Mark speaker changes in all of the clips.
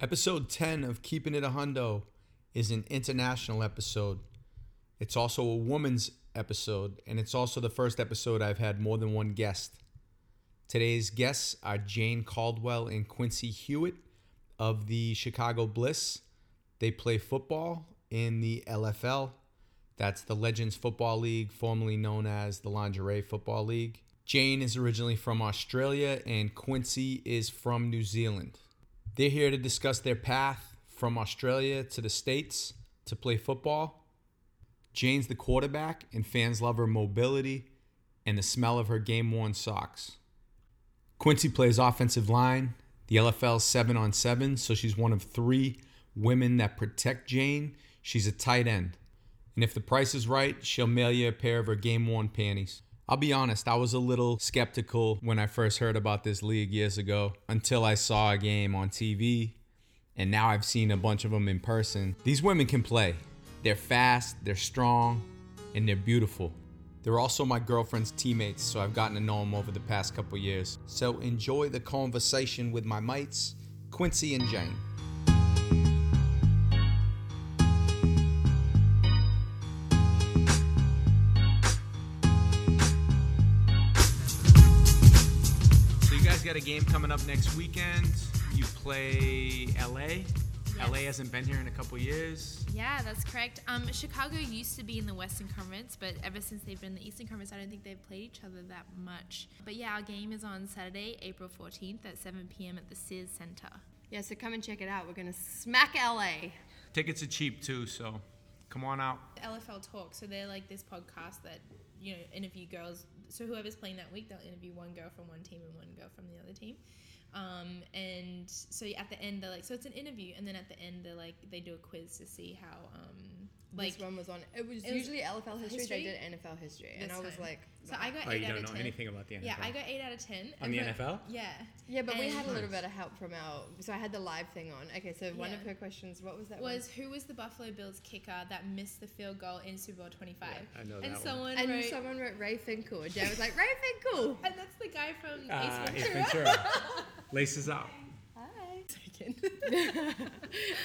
Speaker 1: Episode 10 of Keeping It a Hundo is an international episode. It's also a woman's episode, and it's also the first episode I've had more than one guest. Today's guests are Jane Caldwell and Quincy Hewitt of the Chicago Bliss. They play football in the LFL. That's the Legends Football League, formerly known as the Lingerie Football League. Jane is originally from Australia, and Quincy is from New Zealand. They're here to discuss their path from Australia to the States to play football. Jane's the quarterback, and fans love her mobility and the smell of her game worn socks. Quincy plays offensive line, the LFL 7 on 7, so she's one of three women that protect Jane. She's a tight end. And if the price is right, she'll mail you a pair of her game worn panties. I'll be honest, I was a little skeptical when I first heard about this league years ago until I saw a game on TV, and now I've seen a bunch of them in person. These women can play. They're fast, they're strong, and they're beautiful. They're also my girlfriend's teammates, so I've gotten to know them over the past couple years. So enjoy the conversation with my mates, Quincy and Jane. So you guys got a game coming up next weekend. You play LA. LA hasn't been here in a couple years.
Speaker 2: Yeah, that's correct. Um, Chicago used to be in the Western Conference, but ever since they've been in the Eastern Conference, I don't think they've played each other that much. But yeah, our game is on Saturday, April 14th at 7 p.m. at the Sears Center.
Speaker 3: Yeah, so come and check it out. We're gonna smack LA.
Speaker 1: Tickets are cheap too, so come on out.
Speaker 2: LFL Talk, so they're like this podcast that, you know, interview girls. So whoever's playing that week, they'll interview one girl from one team and one girl from the other team. Um, and so at the end, they're like, so it's an interview. And then at the end, they're like, they do a quiz to see how, um, like,
Speaker 3: this one was on. It was
Speaker 2: It was
Speaker 3: usually LFL history.
Speaker 2: history?
Speaker 3: They did NFL history, and
Speaker 2: this
Speaker 3: I was
Speaker 2: time.
Speaker 3: like,
Speaker 2: so I got
Speaker 1: Oh,
Speaker 2: eight
Speaker 1: you
Speaker 2: out
Speaker 1: don't
Speaker 2: of
Speaker 1: know
Speaker 2: 10.
Speaker 1: anything about the NFL.
Speaker 2: Yeah, I got eight out of ten.
Speaker 1: On the
Speaker 2: Everyone-
Speaker 1: NFL?
Speaker 2: Yeah.
Speaker 3: yeah, but we had a little
Speaker 1: Nice.
Speaker 3: bit of help from our. So I had the live thing on. Okay, so one
Speaker 2: Yeah.
Speaker 3: of her questions, what was that? one?
Speaker 2: Was who was the Buffalo Bills kicker that missed the field goal in Super Bowl twenty five?
Speaker 1: Yeah, I know that
Speaker 2: And
Speaker 1: one.
Speaker 2: someone
Speaker 3: and
Speaker 2: wrote,
Speaker 3: someone wrote Ray Finkel. And Jay was like, Ray Finkel.
Speaker 2: and that's the guy from
Speaker 1: Uh,
Speaker 2: Ace
Speaker 1: Ace
Speaker 2: Ventura.
Speaker 1: Ventura. Laces out.
Speaker 3: Hi.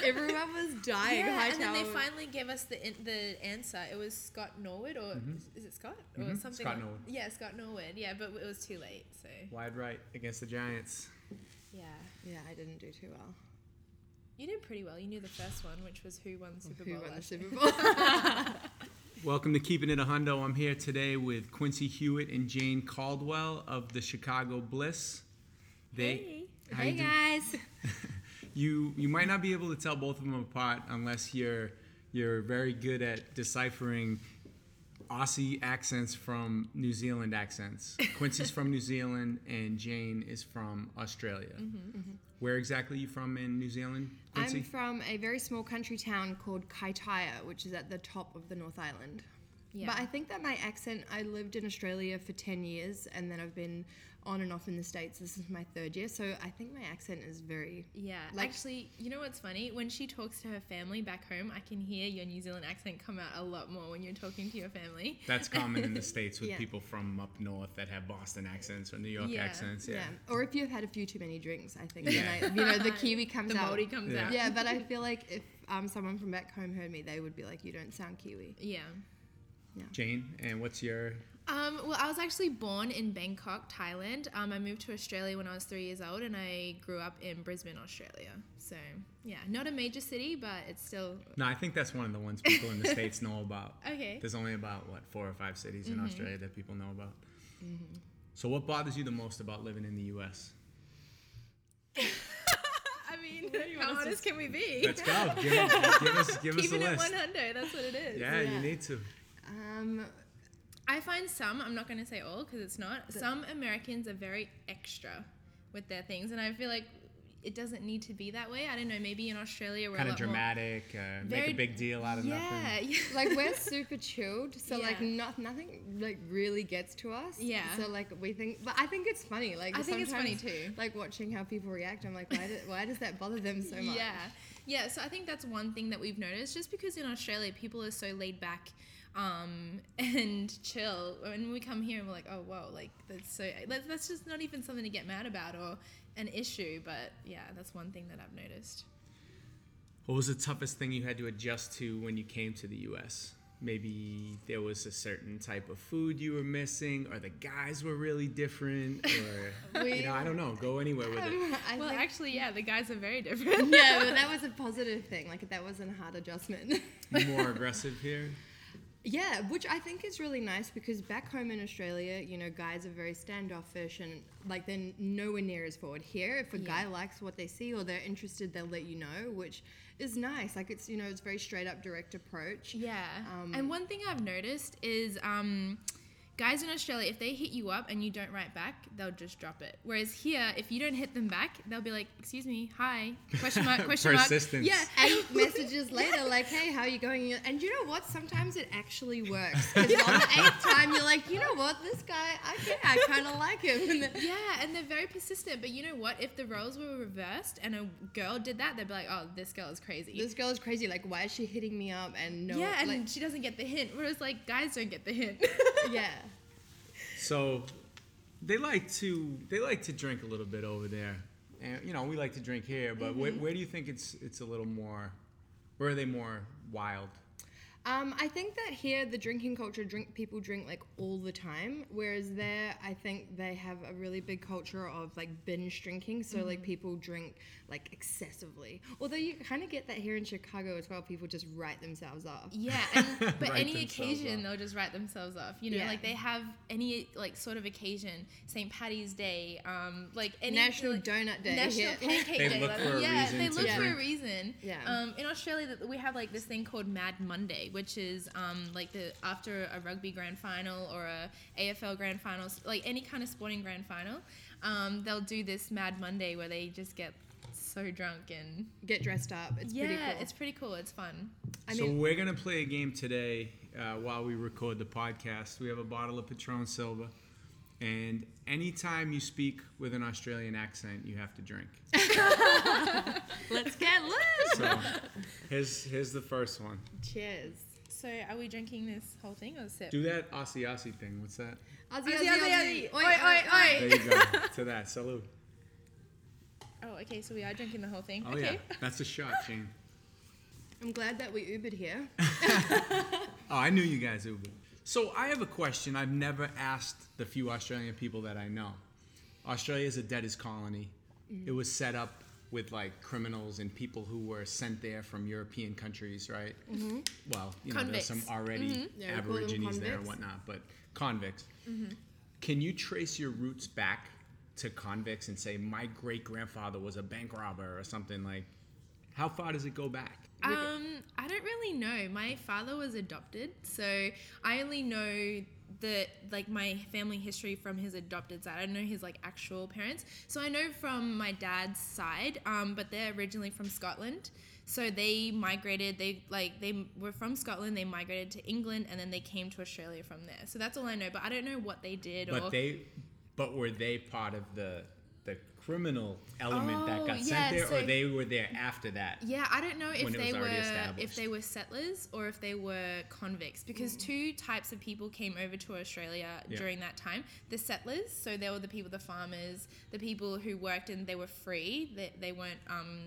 Speaker 3: Everyone was dying.
Speaker 2: Yeah,
Speaker 3: High
Speaker 2: and then they
Speaker 3: tower.
Speaker 2: finally gave us the in- the answer. It was Scott Norwood, or is it Scott or something?
Speaker 1: Mm-hmm. Scott
Speaker 2: like-
Speaker 1: Norwood.
Speaker 2: Yeah, Scott Norwood. Yeah, but it was too late. So
Speaker 1: Wide right against the Giants.
Speaker 2: yeah,
Speaker 3: Yeah, I didn't do too well.
Speaker 2: you did pretty well. You knew the first one, which was who won Super
Speaker 3: Who
Speaker 2: Bowl.
Speaker 3: won the
Speaker 2: last-
Speaker 3: Super Bowl?
Speaker 1: Welcome to Keeping It a Hundo. I'm here today with Quincy Hewitt and Jane Caldwell of the Chicago Bliss. They, How
Speaker 3: hey
Speaker 1: you doing?
Speaker 3: guys.
Speaker 1: you you might not be able to tell both of them apart unless you're you're very good at deciphering Aussie accents from New Zealand accents. Quincy's from New Zealand and Jane is from Australia. Where exactly are you from in New Zealand, Quincy?
Speaker 3: Mm-hmm, I'm from a very small country town called Kaitaia, which is at the top of the North Island.
Speaker 2: Yeah.
Speaker 3: But I think that my accent, I lived in Australia for 10 years and then I've been on and off in the States. This is my third year, so I think my accent is very.
Speaker 2: Yeah,
Speaker 3: Like-
Speaker 2: actually, you know what's funny? When she talks to her family back home, I can hear your New Zealand accent come out a lot more when you're talking to your family.
Speaker 1: That's common in the states with
Speaker 3: Yeah.
Speaker 1: people from up north that have Boston accents or New York
Speaker 2: Yeah.
Speaker 1: accents. Yeah.
Speaker 3: Or if you've had a few too many drinks, I think.
Speaker 1: Yeah.
Speaker 3: Yeah. you know, the Kiwi comes
Speaker 2: The
Speaker 3: out.
Speaker 2: Maori comes
Speaker 1: Yeah.
Speaker 2: out.
Speaker 3: yeah, but I feel like if um, someone from back home heard me, they would be like, you don't sound Kiwi.
Speaker 2: Yeah.
Speaker 1: Jane, and what's your
Speaker 2: Um, well, I was actually born in Bangkok, Thailand. Um, I moved to Australia when I was three years old, and I grew up in Brisbane, Australia. So, yeah, not a major city, but it's still
Speaker 1: No, I think that's one of the ones people in the states know about.
Speaker 2: okay. Mm-hmm.
Speaker 1: There's only about what four or five cities in Australia that people know about. So, what bothers you the most about living in the U.S.?
Speaker 2: I mean,
Speaker 3: you
Speaker 2: how
Speaker 3: want us to
Speaker 2: honest can we be?
Speaker 1: Let's go. Give, us- give us, give us a
Speaker 2: Keeping it
Speaker 1: list.
Speaker 2: 100, that's what it is.
Speaker 1: Yeah, you
Speaker 3: Yeah.
Speaker 1: need to.
Speaker 3: Um,
Speaker 2: I find some, I'm not going to say all because it's not, some Americans are very extra with their things. And I feel like it doesn't need to be that way. I don't know, maybe in Australia we're
Speaker 1: Kind
Speaker 2: a
Speaker 1: of
Speaker 2: lot more-
Speaker 1: dramatic. Uh, make
Speaker 2: Very-
Speaker 1: a big deal out of
Speaker 2: Yeah,
Speaker 1: nothing.
Speaker 2: yeah.
Speaker 3: like we're super chilled, so like
Speaker 2: Yeah.
Speaker 3: not, nothing like really gets to us.
Speaker 2: Yeah.
Speaker 3: So like we think, but I think it's funny. Like
Speaker 2: I think it's funny
Speaker 3: sometimes,
Speaker 2: too.
Speaker 3: Like watching how people react, I'm like, why, do, why does that bother them so much?
Speaker 2: Yeah. Yeah, so I think that's one thing that we've noticed just because in Australia people are so laid back um, and chill. And we come here and we're like, oh, whoa, like that's so, that- that's just not even something to get mad about or an issue. But yeah, that's one thing that I've noticed.
Speaker 4: What was the toughest thing you had to adjust to when you came to the U.S.? Maybe there was a certain type of food you were missing, or the guys were really different, or you know, I don't know. Go anywhere with it.
Speaker 3: I
Speaker 2: well,
Speaker 3: think-
Speaker 2: actually, yeah, the guys are very different.
Speaker 3: yeah, but that was a positive thing. Like that wasn't a hard adjustment.
Speaker 4: More aggressive here.
Speaker 3: Yeah, which I think is really nice because back home in Australia, you know, guys are very standoffish and like they're nowhere near as forward. Here, if a guy likes what they see or they're interested, they'll let you know, which is nice. Like it's, you know, it's very straight up direct approach.
Speaker 2: Yeah.
Speaker 3: Um,
Speaker 2: and one thing I've noticed is um, guys in Australia, if they hit you up and you don't write back, they'll just drop it. Whereas here, if you don't hit them back, they'll be like, "Excuse me, hi?" Question mark? Question mark?
Speaker 4: Persistence.
Speaker 2: Yeah.
Speaker 3: And messages later, like, hey, how are you going? And you know what? Sometimes it actually works. Because on the eighth time, you're like, you know what? This guy, I, yeah, I kind of like him. And then,
Speaker 2: Yeah, and they're very persistent. But you know what? If the roles were reversed and a girl did that, they'd be like, "Oh, this girl is crazy."
Speaker 3: this girl is crazy. Like, why is she hitting me up? And no,
Speaker 2: yeah, and
Speaker 3: like,
Speaker 2: she doesn't get the hint. Whereas like guys don't get the hint.
Speaker 3: yeah.
Speaker 4: So they like to they like to drink a little bit over there, and you know we like to drink here. But where, where do you think it's it's a little more? Where are they more wild?
Speaker 3: Um, I think that here the drinking culture, drink people drink like all the time, whereas there I think they have a really big culture of like binge drinking. So
Speaker 2: Mm-hmm.
Speaker 3: like people drink like excessively. Although you kind of get that here in Chicago as well. People just write themselves off.
Speaker 2: Yeah, and, but
Speaker 4: Write
Speaker 2: any
Speaker 4: themselves
Speaker 2: occasion
Speaker 4: off.
Speaker 2: they'll just write themselves off. You know,
Speaker 3: Yeah.
Speaker 2: like they have any like sort of occasion, St. Patty's Day, um, like any
Speaker 3: National
Speaker 2: like,
Speaker 3: Donut Day.
Speaker 2: National
Speaker 3: here.
Speaker 2: Pancake
Speaker 4: They
Speaker 2: Day.
Speaker 4: look
Speaker 2: like-
Speaker 4: for a
Speaker 2: yeah,
Speaker 4: reason
Speaker 2: they
Speaker 4: to
Speaker 2: look for a
Speaker 3: drink.
Speaker 2: reason.
Speaker 3: Yeah.
Speaker 2: Um, in Australia, that we have like this thing called Mad Monday, which is um, like the after a rugby grand final or a AFL grand final, s- like any kind of sporting grand final, um, they'll do this Mad Monday where they just get so drunk and
Speaker 3: Get dressed up. It's
Speaker 2: yeah,
Speaker 3: pretty cool.
Speaker 2: it's pretty cool. It's fun.
Speaker 3: I
Speaker 4: so
Speaker 3: mean-
Speaker 4: we're gonna play a game today uh, while we record the podcast. We have a bottle of Patron Silva, and anytime you speak with an Australian accent, you have to drink.
Speaker 3: Let's get loose.
Speaker 4: So here's here's the first one.
Speaker 3: Cheers.
Speaker 2: So, are we drinking this whole thing or a sip?
Speaker 4: Do that Aussie Aussie thing. What's that?
Speaker 3: Aussie,
Speaker 2: Aussie, Aussie, Aussie. Oi, oi,
Speaker 4: There you go. to that. Salute.
Speaker 2: Oh, okay. So we are drinking the whole thing.
Speaker 4: Oh
Speaker 2: okay.
Speaker 4: yeah, that's a shot, Shane.
Speaker 3: I'm glad that we Ubered here.
Speaker 4: Oh, I knew you guys Uber. So I have a question I've never asked the few Australian people that I know. Australia is a debtors colony. It was set up with like criminals and people who were sent there from European countries, right? Mm-hmm. Well, you know, there's some
Speaker 2: Convicts.
Speaker 4: already
Speaker 3: Mm-hmm. Yeah, we call them
Speaker 4: Aborigines there
Speaker 3: convicts.
Speaker 4: and
Speaker 3: Mm-hmm.
Speaker 4: whatnot, but convicts. Can you trace your roots back to convicts and say my great grandfather was a bank robber or something like? How far does it go back?
Speaker 2: Um, I don't really know. My father was adopted, so I only know the like my family history from his adopted side. I don't know his like actual parents. So I know from my dad's side, um, but they're originally from Scotland. So they migrated. They like they were from Scotland. They migrated to England, and then they came to Australia from there. So that's all I know. But I don't know what they did. or
Speaker 4: But they, but were they part of the the criminal element that
Speaker 2: Oh,
Speaker 4: got
Speaker 2: yeah,
Speaker 4: sent there, or
Speaker 2: so-
Speaker 4: they were there after that?
Speaker 2: Yeah, I don't know if
Speaker 4: When it
Speaker 2: they
Speaker 4: was
Speaker 2: were
Speaker 4: already
Speaker 2: if
Speaker 4: established.
Speaker 2: they were settlers or if they were convicts because
Speaker 3: Mm.
Speaker 2: two types of people came over to Australia
Speaker 4: Yeah.
Speaker 2: during that time. The settlers, so they were the people, the farmers, the people who worked and they were free. They, they weren't um,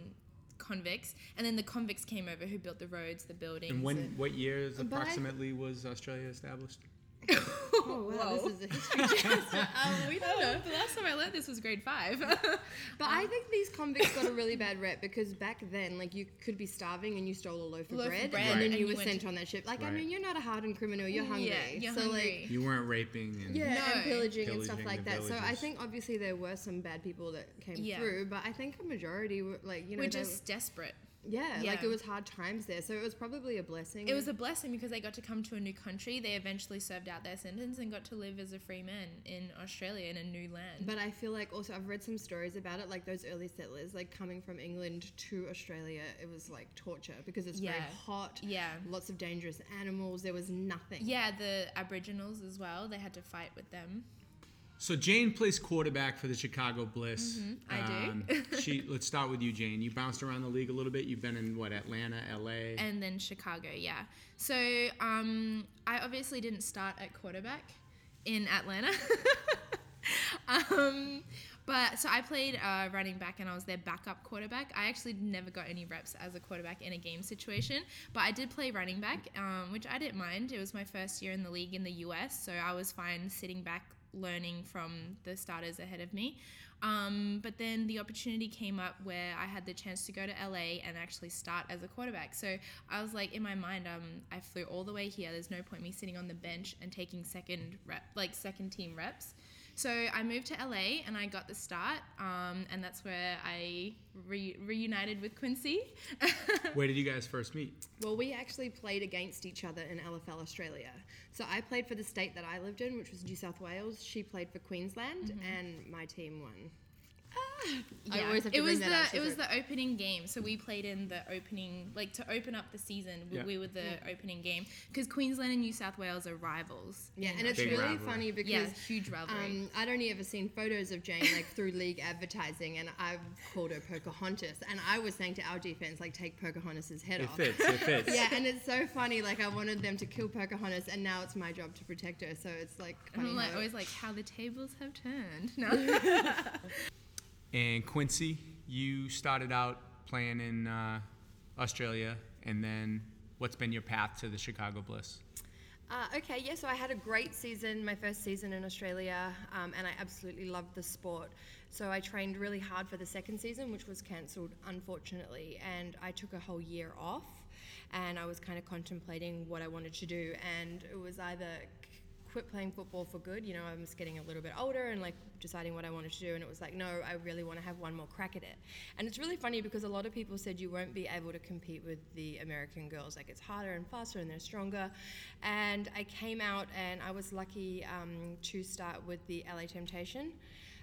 Speaker 2: convicts. And then the convicts came over who built the roads, the buildings.
Speaker 4: And when what years
Speaker 3: But I-
Speaker 4: approximately was Australia established?
Speaker 3: Oh, wow.
Speaker 2: Whoa.
Speaker 3: This is a history chest. um, we don't know.
Speaker 2: Oh, the last time I learned this was grade five.
Speaker 3: But
Speaker 2: Ah.
Speaker 3: I think these convicts got a really bad rep because back then, like, you could be starving and you stole a loaf of,
Speaker 2: Loaf of
Speaker 3: bread,
Speaker 2: bread
Speaker 3: and then
Speaker 2: and
Speaker 3: you
Speaker 2: you
Speaker 3: were
Speaker 2: went
Speaker 3: sent
Speaker 2: to-
Speaker 3: on that ship. Like, I
Speaker 4: Right.
Speaker 3: mean, you're not a hardened criminal. You're hungry.
Speaker 2: Yeah, you're
Speaker 3: so,
Speaker 2: hungry.
Speaker 4: You weren't raping.
Speaker 3: like,
Speaker 4: And,
Speaker 3: yeah,
Speaker 2: No.
Speaker 3: and pillaging, and stuff like
Speaker 4: Pillaging the
Speaker 3: that. So I
Speaker 4: villages.
Speaker 3: think obviously there were some bad people that came
Speaker 2: Yeah.
Speaker 3: through, but I think a majority were like, you know,
Speaker 2: we're
Speaker 3: they
Speaker 2: just desperate.
Speaker 3: were- yeah, like
Speaker 2: yeah.
Speaker 3: it was hard times there. So it was probably a blessing.
Speaker 2: It was a blessing because they got to come to a new country. They eventually served out their sentence and got to live as a free man in Australia in a new land.
Speaker 3: But I feel like also I've read some stories about it, like those early settlers, like coming from England to Australia, it was like torture because it's very
Speaker 2: Yeah.
Speaker 3: hot,
Speaker 2: Yeah.
Speaker 3: lots of dangerous animals. There was nothing.
Speaker 2: Yeah, the Aboriginals as well. They had to fight with them.
Speaker 4: So Jane plays quarterback for the Chicago Bliss.
Speaker 2: Mm-hmm, I do.
Speaker 4: Um, she. Let's start with you, Jane. You bounced around the league a little bit. You've been in what Atlanta, L.A.
Speaker 2: And then Chicago, yeah. So um, I obviously didn't start at quarterback in Atlanta. um, But so I played uh, running back and I was their backup quarterback. I actually never got any reps as a quarterback in a game situation, but I did play running back, um, which I didn't mind. It was my first year in the league in the US, so I was fine sitting back learning from the starters ahead of me. Um, but then the opportunity came up where I had the chance to go to LA and actually start as a quarterback. So I was like, in my mind, um, I flew all the way here. There's no point me sitting on the bench and taking second rep, like second team reps. So I moved to LA and I got the start, um, and that's where I re- reunited with Quincy.
Speaker 4: Where did you guys first meet?
Speaker 3: Well, we actually played against each other in LFL Australia. So I played for the state that I lived in, which was New South Wales. She played for Queensland,
Speaker 2: Mm-hmm.
Speaker 3: and my team won. I always have to
Speaker 2: it
Speaker 3: bring
Speaker 2: was
Speaker 3: that
Speaker 2: the
Speaker 3: up, so
Speaker 2: it was
Speaker 3: sorry.
Speaker 2: the opening game. So we played in the opening, like to open up the season. We,
Speaker 4: Yeah.
Speaker 2: we were the opening game because Queensland and New South Wales are rivals.
Speaker 3: Yeah, and it's
Speaker 4: Big
Speaker 3: really
Speaker 4: rivalry.
Speaker 3: funny because.
Speaker 2: Yeah, huge rivalry.
Speaker 3: Um, I'd only ever seen photos of Jane like through league advertising, and I've called her Pocahontas. And I was saying to our defense, like, take Pocahontas' head
Speaker 4: It
Speaker 3: off.
Speaker 4: fits. It fits.
Speaker 3: Yeah, and it's so funny. Like, I wanted them to kill Pocahontas, and now it's my job to protect her. So it's like "Oh,
Speaker 2: and
Speaker 3: funny.
Speaker 2: I'm like
Speaker 3: how-
Speaker 2: always like how the tables have turned. No,
Speaker 4: And Quincy, you started out playing in uh, Australia, and then what's been your path to the Chicago Bliss?
Speaker 3: Uh, okay, yeah, so I had a great season, my first season in Australia, um, and I absolutely loved the sport. So I trained really hard for the second season, which was cancelled, unfortunately, and I took a whole year off, and I was kind of contemplating what I wanted to do, and it was either c- quit playing football for good, you know, I was getting a little bit older and like deciding what I wanted to do, and it was like, no, I really want to have one more crack at it. And it's really funny because a lot of people said you won't be able to compete with the American girls. Like it's harder and faster and they're stronger. And I came out and I was lucky um, to start with the LA Temptation,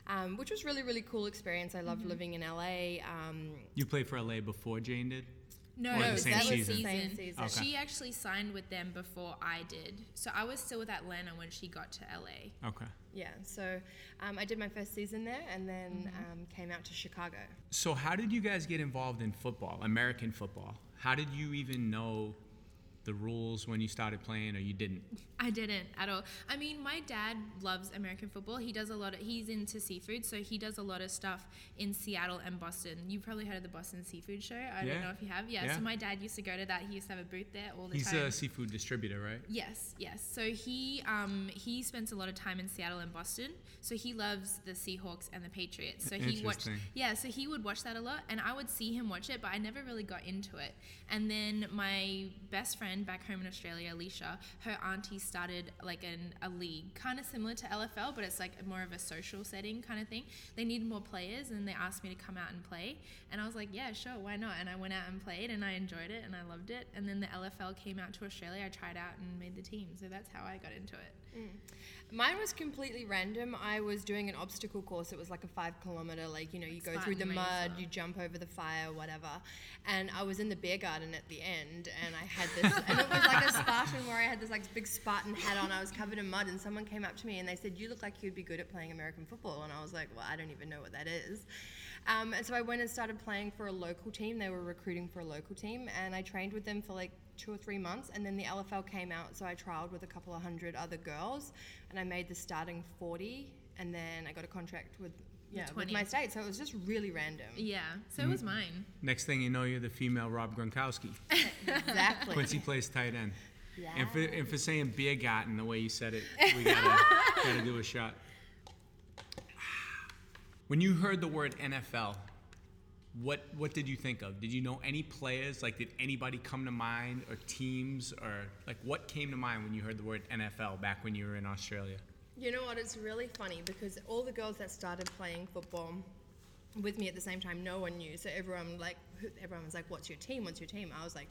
Speaker 3: um, which was really really cool experience. I loved living in LA. Um,
Speaker 4: You played for LA before Jane did?
Speaker 2: no,
Speaker 4: Or the
Speaker 2: that was
Speaker 4: same
Speaker 2: the
Speaker 4: season.
Speaker 2: season.
Speaker 3: Same season.
Speaker 4: Okay.
Speaker 2: She actually signed with them before I did, so I was still with Atlanta when she got to LA.
Speaker 4: Okay.
Speaker 3: yeah, so um, I did my first season there and then um, came out to Chicago.
Speaker 4: So, how did you guys get involved in football, American football? How did you even know the rules when you started playing, or you didn't?
Speaker 2: I didn't at all. I mean, my dad loves American football. He does a lot of, he's into seafood, so he does a lot of stuff in Seattle and Boston. You've probably heard of the Boston Seafood Show. I
Speaker 4: Yeah.
Speaker 2: don't know if you have. Yeah,
Speaker 4: Yeah.
Speaker 2: so my dad used to go to that. He used to have a booth there all the
Speaker 4: He's
Speaker 2: time.
Speaker 4: a seafood distributor, right?
Speaker 2: Yes, yes. So he um, he spends a lot of time in Seattle and Boston. So he loves the Seahawks and the Patriots. So he watched
Speaker 4: Interesting.
Speaker 2: yeah, so he would watch that a lot and I would see him watch it, but I never really got into it. And then my best friend back home in Australia, Alicia, her auntie started like an, a league, kind of similar to LFL, but it's like more of a social setting kind of thing. They needed more players and they asked me to come out and play. And I was like, yeah, sure, why not? And I went out and played and I enjoyed it and I loved it. And then the LFL came out to Australia. I tried out and made the team. So that's how I got into it.
Speaker 3: Mine was completely random. I was doing an obstacle course. It was like a five kilometer, like, you know, you go through the
Speaker 2: Spartan
Speaker 3: mud,
Speaker 2: racer.
Speaker 3: you jump over the fire, whatever. And I was in the beer garden at the end, and I had this, and it was like a Spartan where I had this, like, big Spartan hat on. I was covered in mud, and someone came up to me and they said, You look like you'd be good at playing American football. And I was like, Well, I don't even know what that is. Um, and so I went and started playing for a local team. They were recruiting for a local team, and I trained with them for like two or three months, and then the LFL came out, so I trialed with a couple of hundred other girls, and I made the starting 40, and then I got a contract with yeah with
Speaker 2: 20.
Speaker 3: my state, so it was just really random.
Speaker 2: Yeah, so it was mine.
Speaker 4: Next thing you know, you're the female Rob Gronkowski.
Speaker 3: Exactly.
Speaker 4: Quincy plays tight end.
Speaker 3: Yeah.
Speaker 4: And for, and for saying beer garden the way you said it, we gotta, gotta do a shot. When you heard the word NFL, what what did you think of? Did you know any players? Like, did anybody come to mind, or teams, or like what came to mind when you heard the word NFL back when you were in Australia?
Speaker 3: You know what? It's really funny because all the girls that started playing football with me at the same time, no one knew. So everyone like who- everyone was like, "What's your team? What's your team?" I was like,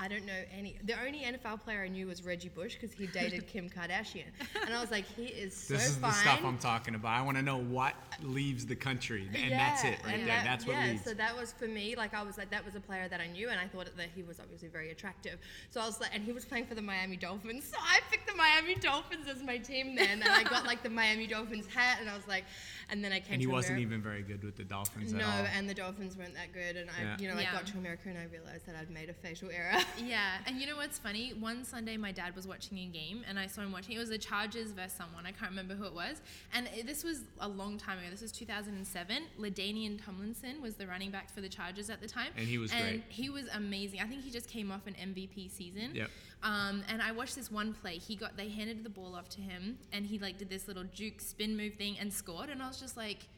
Speaker 3: "I don't know any." The only NFL player I knew was Reggie Bush because he dated Kim Kardashian, and I was like, "He is so
Speaker 4: This is
Speaker 3: fine."
Speaker 4: the stuff I'm talking about. I want to know what leaves the country, and that's it right
Speaker 3: and
Speaker 4: there.
Speaker 3: that-
Speaker 4: that's what
Speaker 3: yeah,
Speaker 4: leaves.
Speaker 3: so that was for me. Like I was like, that was a player that I knew, and I thought that he was obviously very attractive. So I was like, and he was playing for the Miami Dolphins. So I picked the Miami Dolphins as my team then, and I got like the Miami Dolphins hat, and I was like, and then I came.
Speaker 4: and he
Speaker 3: to
Speaker 4: wasn't
Speaker 3: America.
Speaker 4: even very good with the Dolphins
Speaker 3: No,
Speaker 4: at all.
Speaker 3: and the Dolphins weren't that good, and I,
Speaker 4: Yeah.
Speaker 3: you know,
Speaker 2: Yeah.
Speaker 3: I got to America and I realized that I'd made a fatal error.
Speaker 2: yeah, and you know what's funny? One Sunday, my dad was watching a game, and I saw him watching. It was the Chargers versus someone. I can't remember who it was. And it- this was a long time ago. This was 2007. Ladainian Tomlinson was the running back for the Chargers at the time,
Speaker 4: And he was
Speaker 2: and
Speaker 4: great.
Speaker 2: He was amazing. I think he just came off an MVP season.
Speaker 4: Yep.
Speaker 2: Um, and I watched this one play. He got they handed the ball off to him, and he like did this little juke spin move thing and scored. And I was just like,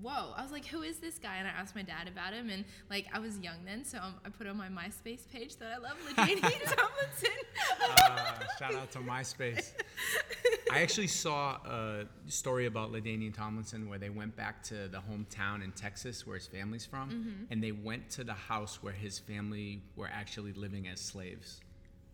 Speaker 2: "Whoa!" I was like, "Who is this guy?" And I asked my dad about him, and like I was young then, so um, I put on my MySpace page that I love Ladainian Tomlinson.
Speaker 4: Uh, shout out to MySpace. I actually saw a story about Ladainian Tomlinson where they went back to the hometown in Texas where his family's from,
Speaker 2: Mm-hmm.
Speaker 4: and they went to the house where his family were actually living as slaves,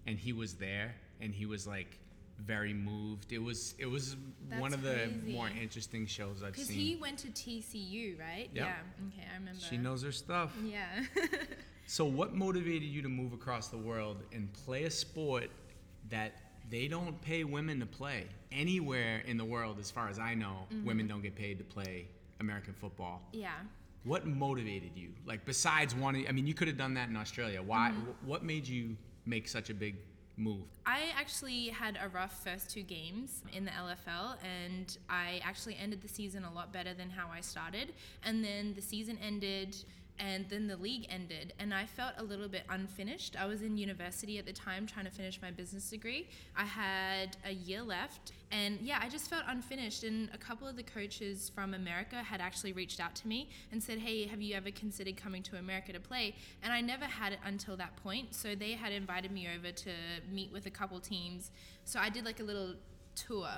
Speaker 4: and he was there, and he was like very moved. It was it was one
Speaker 2: That's
Speaker 4: of the
Speaker 2: crazy.
Speaker 4: more interesting shows I've
Speaker 2: Because
Speaker 4: seen.
Speaker 2: he went to TCU, right?
Speaker 4: Yep.
Speaker 2: Yeah. Okay, I remember.
Speaker 4: she knows her stuff.
Speaker 2: Yeah.
Speaker 4: So, what motivated you to move across the world and play a sport that they don't pay women to play? Anywhere in the world, as far as I know, women don't get paid to play American football.
Speaker 2: yeah.
Speaker 4: What motivated you? Like, besides wanting, I mean, you could have done that in Australia. Why? wh- What made you make such a big move?
Speaker 2: I actually had a rough first two games in the LFL, and I actually ended the season a lot better than how I started. And then the season ended, and then the league ended, and I felt a little bit unfinished. I was in university at the time trying to finish my business degree. I had a year left, and yeah, I just felt unfinished. And a couple of the coaches from America had actually reached out to me and said, Hey, have you ever considered coming to America to play? And I never had it until that point. So they had invited me over to meet with a couple teams. So I did like a little tour,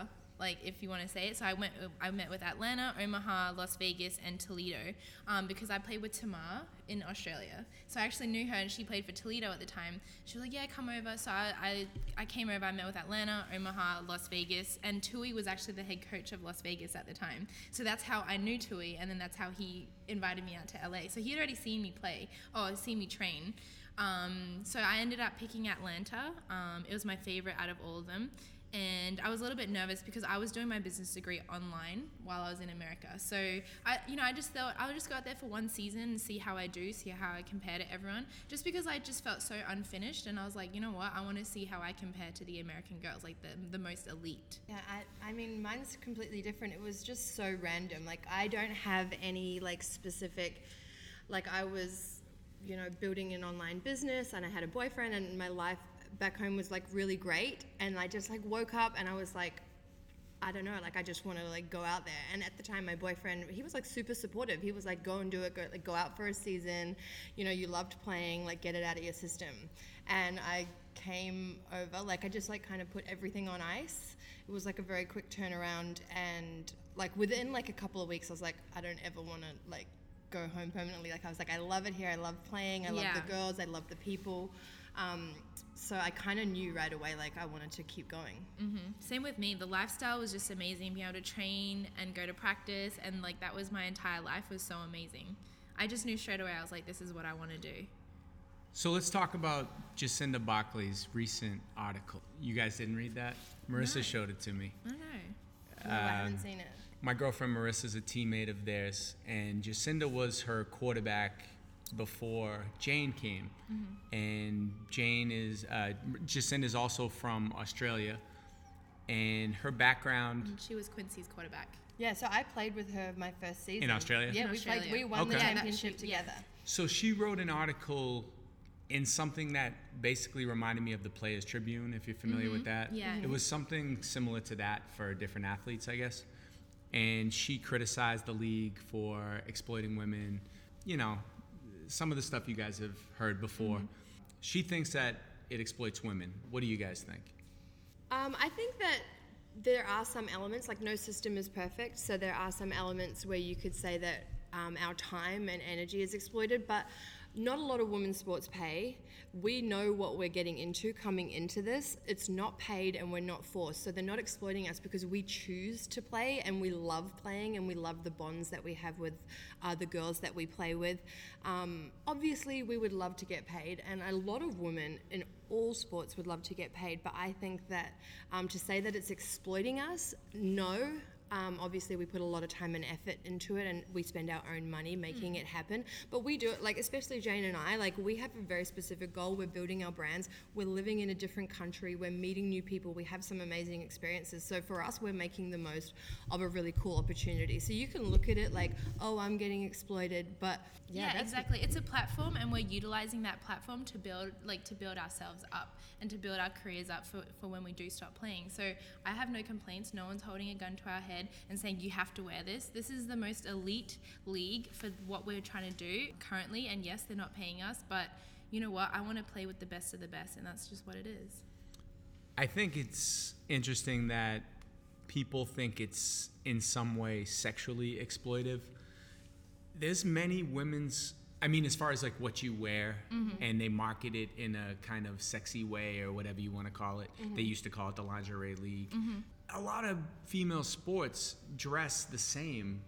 Speaker 2: like if you want to say it. So I went, I met with Atlanta, Omaha, Las Vegas, and Toledo um, because I played with Tamar in Australia. So I actually knew her and she played for Toledo at the time. She was like, Yeah, come over. So I, I, I came over, I met with Atlanta, Omaha, Las Vegas, and Tui was actually the head coach of Las Vegas at the time. So that's how I knew Tui, and then that's how he invited me out to LA. So he had already seen me play, or seen me train. Um, so I ended up picking Atlanta. Um, it was my favorite out of all of them. And I was a little bit nervous because I was doing my business degree online while I was in America. So I, you know, I just thought I would just go out there for one season and see how I do, see how I compare to everyone. Just because I just felt so unfinished, and I was like, you know what, I want to see how I compare to the American girls, like the the most elite.
Speaker 3: Yeah, I, I mean, mine's completely different. It was just so random. Like, I don't have any, like, specific, like, I was, you know, building an online business and I had a boyfriend and my life back home was, like, really great. And I just, like, woke up and I was like, I don't know, like, I just want to, like, go out there. And at the time, my boyfriend, he was, like, super supportive. He was like, go and do it, go, like, go out for a season. You know, you loved playing, like, get it out of your system. And I, came over like i just like kind of put everything on ice it was like a very quick turnaround and like within like a couple of weeks i was like i don't ever want to like go home permanently like i was like i love it here i love playing i love
Speaker 2: Yeah.
Speaker 3: the girls i love the people um, so i kind of knew right away like i wanted to keep going
Speaker 2: Same with me. The lifestyle was just amazing. Being able to train and go to practice, and like that was my entire life was so amazing. I just knew straight away. I was like, this is what I want to do.
Speaker 4: So, let's talk about Jacinda Barkley's recent article. You guys didn't read that? Marissa showed it to me.
Speaker 2: I know.
Speaker 3: No, i haven't seen it
Speaker 4: my girlfriend Marissa's a teammate of theirs, and Jacinda was her quarterback before Jane came. And Jane is, uh, Jacinda is also from Australia, and her background,
Speaker 2: She was Quincy's quarterback.
Speaker 3: yeah so i played with her my first season
Speaker 4: Australia?
Speaker 3: yeah
Speaker 2: In
Speaker 3: we
Speaker 2: Australia.
Speaker 3: played we won the
Speaker 4: Okay.
Speaker 2: that
Speaker 4: Yeah,
Speaker 3: championship
Speaker 2: should- yeah.
Speaker 3: together
Speaker 4: so she wrote an article in something that basically reminded me of the Players Tribune, if you're familiar with that.
Speaker 2: Yeah.
Speaker 4: It was something similar to that for different athletes, I guess. And she criticized the league for exploiting women, you know, some of the stuff you guys have heard before. She thinks that it exploits women. What do you guys think?
Speaker 3: Um, I think that there are some elements, like no system is perfect, so there are some elements where you could say that um, our time and energy is exploited, but not a lot of women's sports pay. We know what we're getting into coming into this. It's not paid and we're not forced. So they're not exploiting us because we choose to play and we love playing and we love the bonds that we have with uh, the girls that we play with. Um, obviously, we would love to get paid, and a lot of women in all sports would love to get paid, but I think that um, to say that it's exploiting us, no. Um, obviously, we put a lot of time and effort into it, and we spend our own money making it happen. But we do it like, especially Jane and I, like we have a very specific goal. We're building our brands. We're living in a different country. We're meeting new people. We have some amazing experiences. So for us, we're making the most of a really cool opportunity. So you can look at it like, oh, I'm getting exploited, but yeah,
Speaker 2: Yeah,
Speaker 3: that's
Speaker 2: exactly. It's a platform, and we're utilizing that platform to build, like, to build ourselves up and to build our careers up for, for when we do stop playing. So I have no complaints. No one's holding a gun to our head and saying you have to wear this. This is the most elite league for what we're trying to do currently. And yes, they're not paying us, but you know what? I want to play with the best of the best, and that's just what it is.
Speaker 4: I think it's interesting that people think it's in some way sexually exploitive. There's many women's I mean as far as like what you wear
Speaker 3: Mm-hmm.
Speaker 4: and they market it in a kind of sexy way or whatever you want to call it.
Speaker 3: Mm-hmm.
Speaker 4: They used to call it the lingerie league. A lot of female sports dress the same.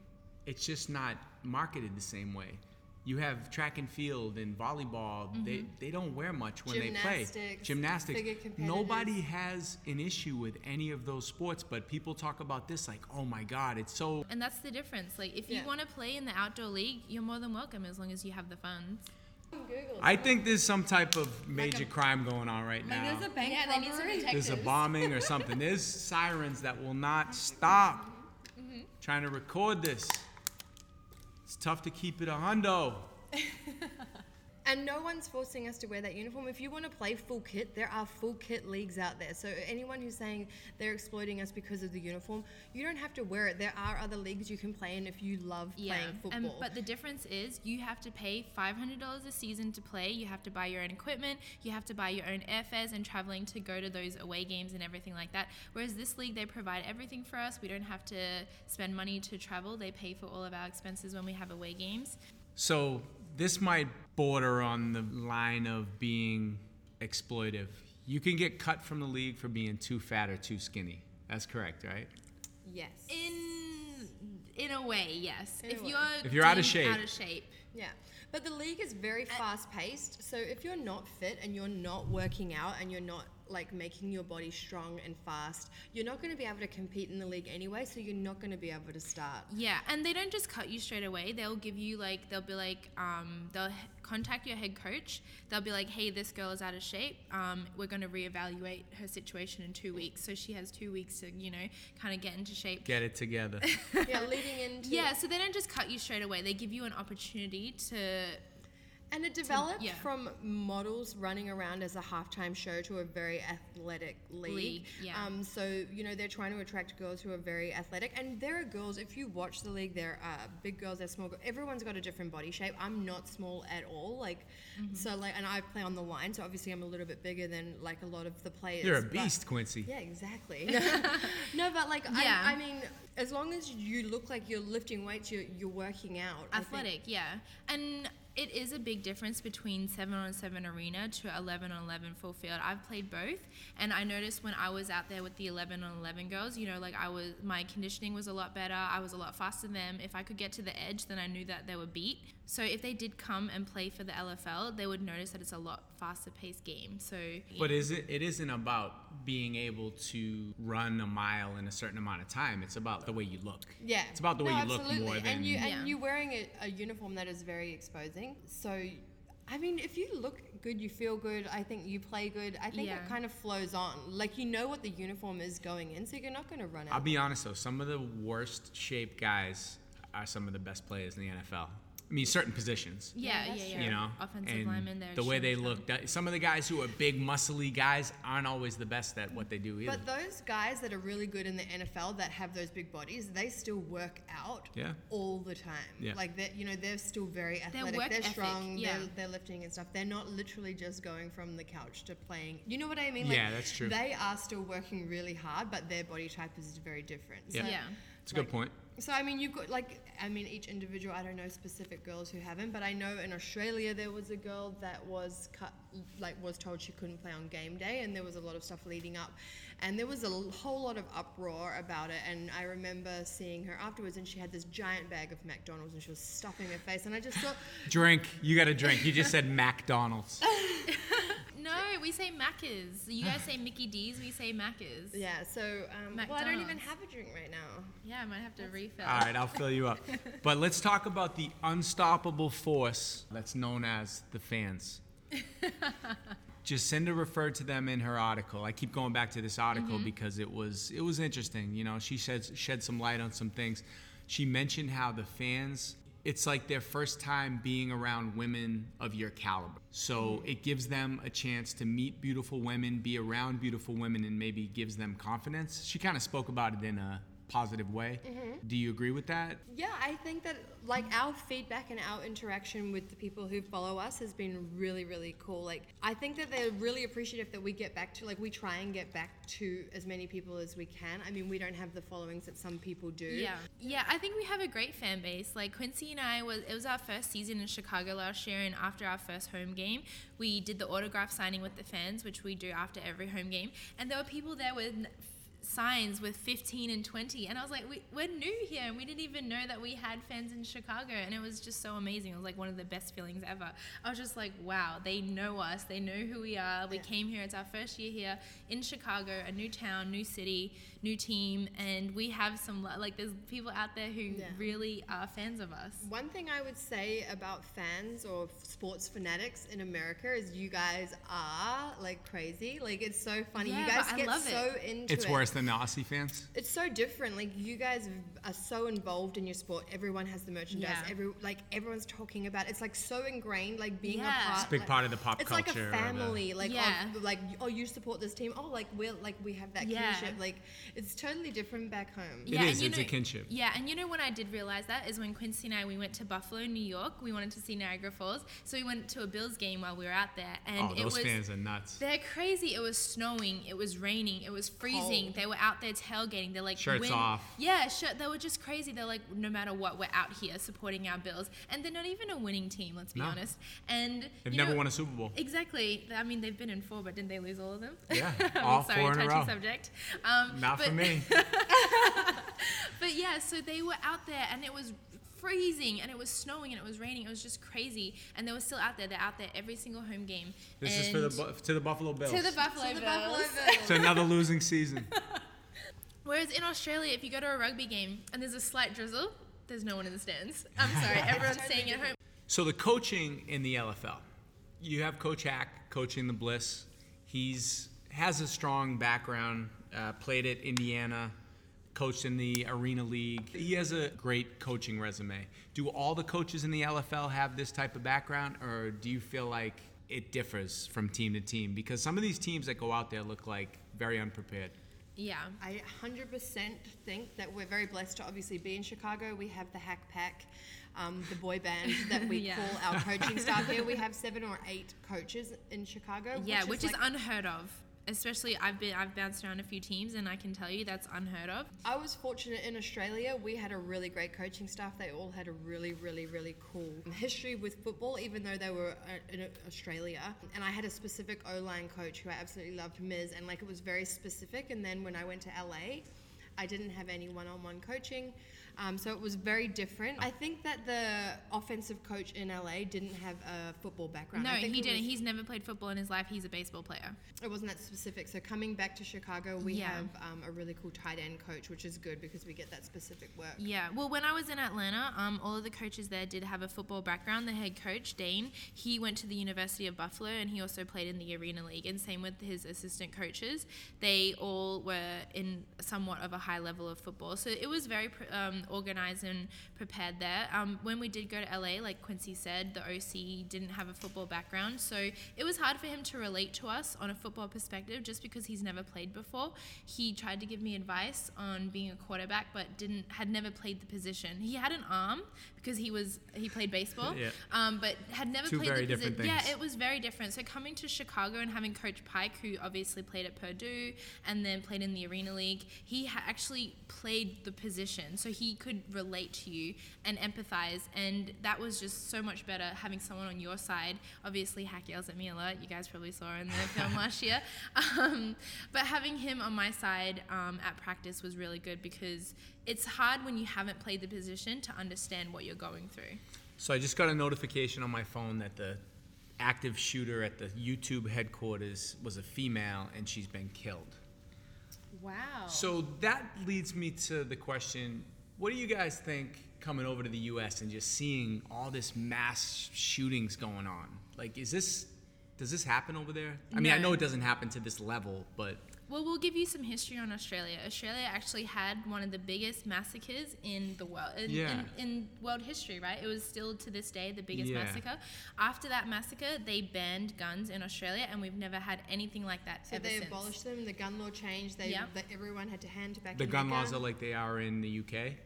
Speaker 4: It's just not marketed the same way. You have track and field and volleyball. They they don't wear much when they play.
Speaker 3: Mm-hmm. Gymnastics,
Speaker 4: Gymnastics.
Speaker 3: figure competitors.
Speaker 4: Nobody has an issue with any of those sports, but people talk about this like, oh my God, it's so.
Speaker 2: And that's the difference. Like, if
Speaker 3: Yeah.
Speaker 2: you want to play in the outdoor league, you're more than welcome as long as you have the funds.
Speaker 3: Google.
Speaker 4: I think there's some type of major
Speaker 3: a-
Speaker 4: crime going on right now.
Speaker 3: There's a bank
Speaker 2: Yeah, they need some
Speaker 3: robbery.
Speaker 2: detectives.
Speaker 4: There's a bombing or something. There's sirens that will not stop
Speaker 3: Mm-hmm.
Speaker 4: trying to record this. It's tough to keep it a hundo.
Speaker 3: And no one's forcing us to wear that uniform. If you want to play full kit, there are full kit leagues out there. So anyone who's saying they're exploiting us because of the uniform, you don't have to wear it. There are other leagues you can play in if you love playing football.
Speaker 2: And, um, but the difference is you have to pay $500 a season to play. You have to buy your own equipment. You have to buy your own airfares and traveling to go to those away games and everything like that. Whereas this league, they provide everything for us. We don't have to spend money to travel. They pay for all of our expenses when we have away games.
Speaker 4: So this might border on the line of being exploitive. You can get cut from the league for being too fat or too skinny. That's correct, right?
Speaker 3: yes.
Speaker 2: In in a way, yes.
Speaker 3: In a
Speaker 2: if
Speaker 3: way.
Speaker 2: you're
Speaker 4: If you're out of
Speaker 2: deemed
Speaker 4: shape.
Speaker 2: out of shape,
Speaker 3: Yeah. But the league is very
Speaker 2: Uh,
Speaker 3: fast paced. So if you're not fit and you're not working out and you're not like making your body strong and fast, you're not going to be able to compete in the league anyway. So you're not going to be able to start.
Speaker 2: Yeah, and they don't just cut you straight away. They'll give you like they'll be like um, they'll h- contact your head coach. They'll be like, "Hey, this girl is out of shape. Um, we're going to reevaluate her situation in two weeks, so she has two weeks to you know kind of get into shape."
Speaker 4: Get it together.
Speaker 3: yeah, leading into
Speaker 2: yeah, so they don't just cut you straight away. They give you an opportunity to
Speaker 3: And it developed
Speaker 2: yeah.
Speaker 3: from models running around as a halftime show to a very athletic league.
Speaker 2: League, yeah.
Speaker 3: Um, so, you know, they're trying to attract girls who are very athletic. And there are girls, if you watch the league, there are big girls, they're small girls. Everyone's got a different body shape. I'm not small at all. Like,
Speaker 2: Mm-hmm.
Speaker 3: so, like, and I play on the line. So obviously, I'm a little bit bigger than, like, a lot of the players.
Speaker 4: You're a
Speaker 3: but-
Speaker 4: beast, Quincy.
Speaker 3: yeah, exactly. no, but like,
Speaker 2: Yeah.
Speaker 3: I, I mean, as long as you look like you're lifting weights, you're, you're working out. I think-
Speaker 2: athletic. Yeah, and it is a big difference between seven on seven arena to eleven on eleven full field. I've played both, and I noticed when I was out there with the eleven on eleven girls, you know, like I was my conditioning was a lot better. I was a lot faster than them. If I could get to the edge, then I knew that they were beat. So if they did come and play for the LFL, they would notice that it's a lot faster paced game. So
Speaker 4: But is it, it isn't about being able to run a mile in a certain amount of time. It's about the way you look.
Speaker 3: Yeah,
Speaker 4: It's about the way
Speaker 3: No,
Speaker 4: you look more than-
Speaker 3: and you and
Speaker 2: Yeah.
Speaker 3: you wearing a, a uniform that is very exposing. So, I mean, if you look good, you feel good. I think you play good. I think
Speaker 2: Yeah.
Speaker 3: it kind of flows on. Like you know what the uniform is going in, so you're not going to run
Speaker 4: I'll
Speaker 3: out.
Speaker 4: be honest though, some of the worst shaped guys are some of the best players in the NFL. I mean, certain positions.
Speaker 2: yeah, yeah,
Speaker 3: that's
Speaker 2: yeah.
Speaker 4: You know,
Speaker 2: offensive
Speaker 4: and
Speaker 2: linemen. They're
Speaker 4: the way they
Speaker 2: extremely
Speaker 4: look. that- Some of the guys who are big, muscly guys aren't always the best at what they do either.
Speaker 3: But those guys that are really good in the NFL that have those big bodies, they still work out
Speaker 4: Yeah.
Speaker 3: all the time.
Speaker 4: Yeah.
Speaker 3: Like that, you know, they're still very athletic.
Speaker 2: work
Speaker 3: they're
Speaker 2: ethic,
Speaker 3: strong.
Speaker 2: yeah.
Speaker 3: They're, they're lifting and stuff. They're not literally just going from the couch to playing. You know what I mean?
Speaker 4: Yeah, that's true.
Speaker 3: They are still working really hard, but their body type is very different.
Speaker 4: Yeah.
Speaker 3: So,
Speaker 2: Yeah.
Speaker 4: it's a good
Speaker 3: like-
Speaker 4: point.
Speaker 3: so I mean, you've got like, I mean, each individual. I don't know specific girls who haven't, but I know in Australia there was a girl that was cut, like, was told she couldn't play on game day, and there was a lot of stuff leading up, and there was a l- whole lot of uproar about it. And I remember seeing her afterwards, and she had this giant bag of McDonald's, and she was stuffing her face, and I just thought,
Speaker 4: Drink. You got to drink. You just said McDonald's.
Speaker 2: No, we we say Macca's. You guys say Mickey D's. We say Macca's.
Speaker 3: Yeah, so um, well, I don't even
Speaker 2: McDonald's.
Speaker 3: have a drink right now.
Speaker 2: Yeah, I might have to refill.
Speaker 4: All right, I'll fill you up. But let's talk about the unstoppable force that's known as the fans. Jacinda referred to them in her article. I keep going back to this article
Speaker 2: Mm-hmm.
Speaker 4: because it was it was interesting. You know, she shed shed some light on some things. She mentioned how the fans it's like their first time being around women of your caliber. So
Speaker 2: Mm-hmm.
Speaker 4: it gives them a chance to meet beautiful women, be around beautiful women, and maybe gives them confidence. She kind of spoke about it in a positive way.
Speaker 2: Mm-hmm.
Speaker 4: Do you agree with that?
Speaker 3: Yeah, I think that like our feedback and our interaction with the people who follow us has been really, really cool. Like I think that they're really appreciative that we get back to like we try and get back to as many people as we can. I mean, we don't have the followings that some people do.
Speaker 2: Yeah, yeah. I think we have a great fan base. Like Quincy and I was, it was our first season in Chicago last year, and after our first home game, we did the autograph signing with the fans, which we do after every home game. And there were people there with n- f- signs with 15 and 20, and I was like, we, we're new here, and we didn't even know that we had fans in Chicago, and it was just so amazing. It was like one of the best feelings ever. I was just like, wow, they know us, they know who we are. We
Speaker 3: Yeah.
Speaker 2: came here. It's our first year here in Chicago, a new town, new city, new team, and we have some lo- like there's people out there who
Speaker 3: Yeah.
Speaker 2: really are fans of us.
Speaker 3: One thing I would say about fans or f- sports fanatics in America is you guys are like crazy. Like it's so funny.
Speaker 2: Yeah,
Speaker 3: you guys
Speaker 2: but I
Speaker 3: get
Speaker 2: love
Speaker 3: so into
Speaker 4: It's
Speaker 3: it.
Speaker 4: worse than the Aussie fans.
Speaker 3: It's so different. Like you guys are so involved in your sport. Everyone has the merchandise.
Speaker 2: Yeah.
Speaker 3: Every like everyone's talking about. it. It's like so ingrained. Like being
Speaker 2: Yeah.
Speaker 3: a part.
Speaker 2: It's
Speaker 4: a big
Speaker 3: like-
Speaker 4: part of the pop
Speaker 3: it's
Speaker 4: culture or
Speaker 3: like
Speaker 4: the-
Speaker 3: a family. Like
Speaker 2: Yeah.
Speaker 3: of, like oh you support this team. Oh like we're like we have that
Speaker 2: Yeah.
Speaker 3: kinship. Like it's totally different back home.
Speaker 4: It
Speaker 2: and
Speaker 4: is,
Speaker 2: you
Speaker 4: it's a kinship.
Speaker 2: Yeah, and you know when I did realize that is when Quincy and I we went to Buffalo, New York. We wanted to see Niagara Falls, so we went to a Bills game while we were out there, and
Speaker 4: oh,
Speaker 2: it
Speaker 4: those
Speaker 2: was
Speaker 4: fans are nuts.
Speaker 2: They're crazy. It was snowing. It was raining. It was freezing.
Speaker 3: Cold.
Speaker 2: They were out there tailgating. They're like
Speaker 4: Shirts
Speaker 2: "Win."
Speaker 4: off.
Speaker 2: Yeah, sure. They were just crazy. They're like, no matter what, we're out here supporting our Bills, and they're not even a winning team. Let's be
Speaker 4: No.
Speaker 2: honest. And
Speaker 4: They've
Speaker 2: you
Speaker 4: never
Speaker 2: know-
Speaker 4: won a Super Bowl.
Speaker 2: Exactly. I mean, they've been in four, but didn't they lose all of them?
Speaker 4: Yeah,
Speaker 2: I'm
Speaker 4: all
Speaker 2: sorry,
Speaker 4: four in a
Speaker 2: touchy
Speaker 4: row.
Speaker 2: subject. Um,
Speaker 4: Not
Speaker 2: but-
Speaker 4: for me.
Speaker 2: but yeah, so they were out there and it was freezing and it was snowing and it was raining. It was just crazy. And they were still out there. They're out there every single home game.
Speaker 4: This is for the
Speaker 2: And
Speaker 4: Bu- to the Buffalo Bills.
Speaker 2: to the Buffalo
Speaker 3: To the
Speaker 2: Bills.
Speaker 3: Buffalo Bills.
Speaker 4: It's another losing season.
Speaker 2: Whereas in Australia, if you go to a rugby game and there's a slight drizzle, there's no one in the stands. I'm sorry, everyone's
Speaker 3: totally
Speaker 2: staying at home.
Speaker 4: So the coaching in the LFL, you have Coach Hack coaching the Bliss. He's has a strong background. Uh, played at Indiana, coached in the Arena League. He has a great coaching resume. Do all the coaches in the LFL have this type of background, or do you feel like it differs from team to team? Because some of these teams that go out there look like very unprepared.
Speaker 2: Yeah.
Speaker 3: I 100% think that we're very blessed to obviously be in Chicago. We have the Hack Pack, um, the boy band that we
Speaker 2: Yeah.
Speaker 3: call our coaching staff here. We have seven or eight coaches in Chicago.
Speaker 2: Yeah, which, is,
Speaker 3: like-
Speaker 2: unheard of. Especially I've been I've bounced around a few teams and I can tell you that's unheard of.
Speaker 3: I was fortunate in Australia. We had a really great coaching staff. They all had a really, really, really cool history with football, even though they were uh, in Australia. And I had a specific O line coach who I absolutely loved, Ms. And like it was very specific. And then when I went to LA, I didn't have any one on one coaching. Um, so it was very different. I think that the offensive coach in LA didn't have a football background.
Speaker 2: No,
Speaker 3: I think
Speaker 2: he
Speaker 3: it
Speaker 2: didn't.
Speaker 3: was-
Speaker 2: He's never played football in his life. He's a baseball player.
Speaker 3: it wasn't that specific. So coming back to Chicago, we
Speaker 2: Yeah.
Speaker 3: have um, a really cool tight end coach, which is good because we get that specific work.
Speaker 2: Yeah. Well, when I was in Atlanta, um, all of the coaches there did have a football background. The head coach, Dane, he went to the University of Buffalo and he also played in the Arena League. And same with his assistant coaches. They all were in somewhat of a high level of football. So it was very pr- um, organized and prepared there. Um, when we did go to LA, like Quincy said, the OC didn't have a football background. So it was hard for him to relate to us on a football perspective just because he's never played before. He tried to give me advice on being a quarterback but didn't had never played the position. He had an arm because he was he played baseball.
Speaker 4: Yeah.
Speaker 2: Um, but had never
Speaker 4: Two
Speaker 2: played
Speaker 4: very
Speaker 2: the position.
Speaker 4: different
Speaker 2: Yeah,
Speaker 4: things.
Speaker 2: it was very different. So coming to Chicago and having Coach Pike, who obviously played at Purdue and then played in the Arena League, he ha- actually played the position, so he could relate to you and empathize, and that was just so much better having someone on your side. Obviously, Hack yells at me a lot. You guys probably saw in the film last year, um, but having him on my side um, at practice was really good because it's hard when you haven't played the position to understand what you're going through.
Speaker 4: So I just got a notification on my phone that the active shooter at the YouTube headquarters was a female, and she's been killed.
Speaker 2: Wow.
Speaker 4: So that leads me to the question what do you guys think coming over to the US and just seeing all this mass shootings going on? Like, is this, does this happen over there? I mean, I
Speaker 2: No.
Speaker 4: know it doesn't happen to this level, but
Speaker 2: Well, we'll give you some history on Australia. Australia actually had one of the biggest massacres in the world in,
Speaker 4: Yeah.
Speaker 2: in, in world history, right? It was still to this day the biggest
Speaker 4: Yeah.
Speaker 2: massacre. After that massacre, they banned guns in Australia, and we've never had anything like that
Speaker 3: So
Speaker 2: ever
Speaker 3: they
Speaker 2: since.
Speaker 3: abolished them. The gun law changed. They
Speaker 2: Yeah.
Speaker 3: that everyone had to hand back
Speaker 4: the
Speaker 3: in
Speaker 4: gun
Speaker 3: their
Speaker 4: laws
Speaker 3: gun.
Speaker 4: are like they are in the UK.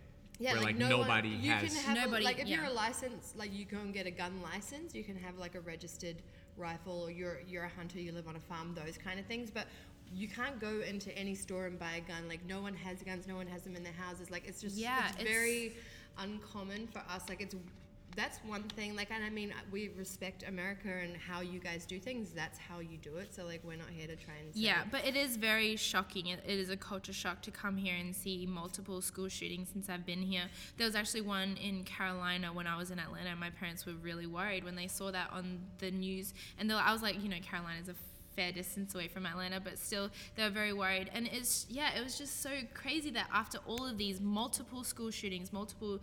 Speaker 3: yeah,
Speaker 4: where, like,
Speaker 3: no one-
Speaker 4: nobody
Speaker 3: you
Speaker 4: has-
Speaker 3: Can have
Speaker 2: Nobody,
Speaker 3: a, like if you're
Speaker 2: yeah.
Speaker 3: a license, like you go and get a gun license, you can have like a registered rifle, or you're you're a hunter, you live on a farm, those kind of things. But you can't go into any store and buy a gun. Like no one has guns. No one has them in their houses. Like it's just
Speaker 2: Yeah,
Speaker 3: it's
Speaker 2: it's-
Speaker 3: very uncommon for us. Like it's that's one thing. Like and I mean we respect America and how you guys do things. That's how you do it. So like we're not here to try and say,
Speaker 2: Yeah, but it is very shocking. It, it is a culture shock to come here and see multiple school shootings since I've been here. There was actually one in Carolina when I was in Atlanta. My parents were really worried when they saw that on the news, and they were, I was like, you know, Carolina's a fair distance away from Atlanta, but still they were very worried. And it's yeah, it was just so crazy that after all of these multiple school shootings, multiple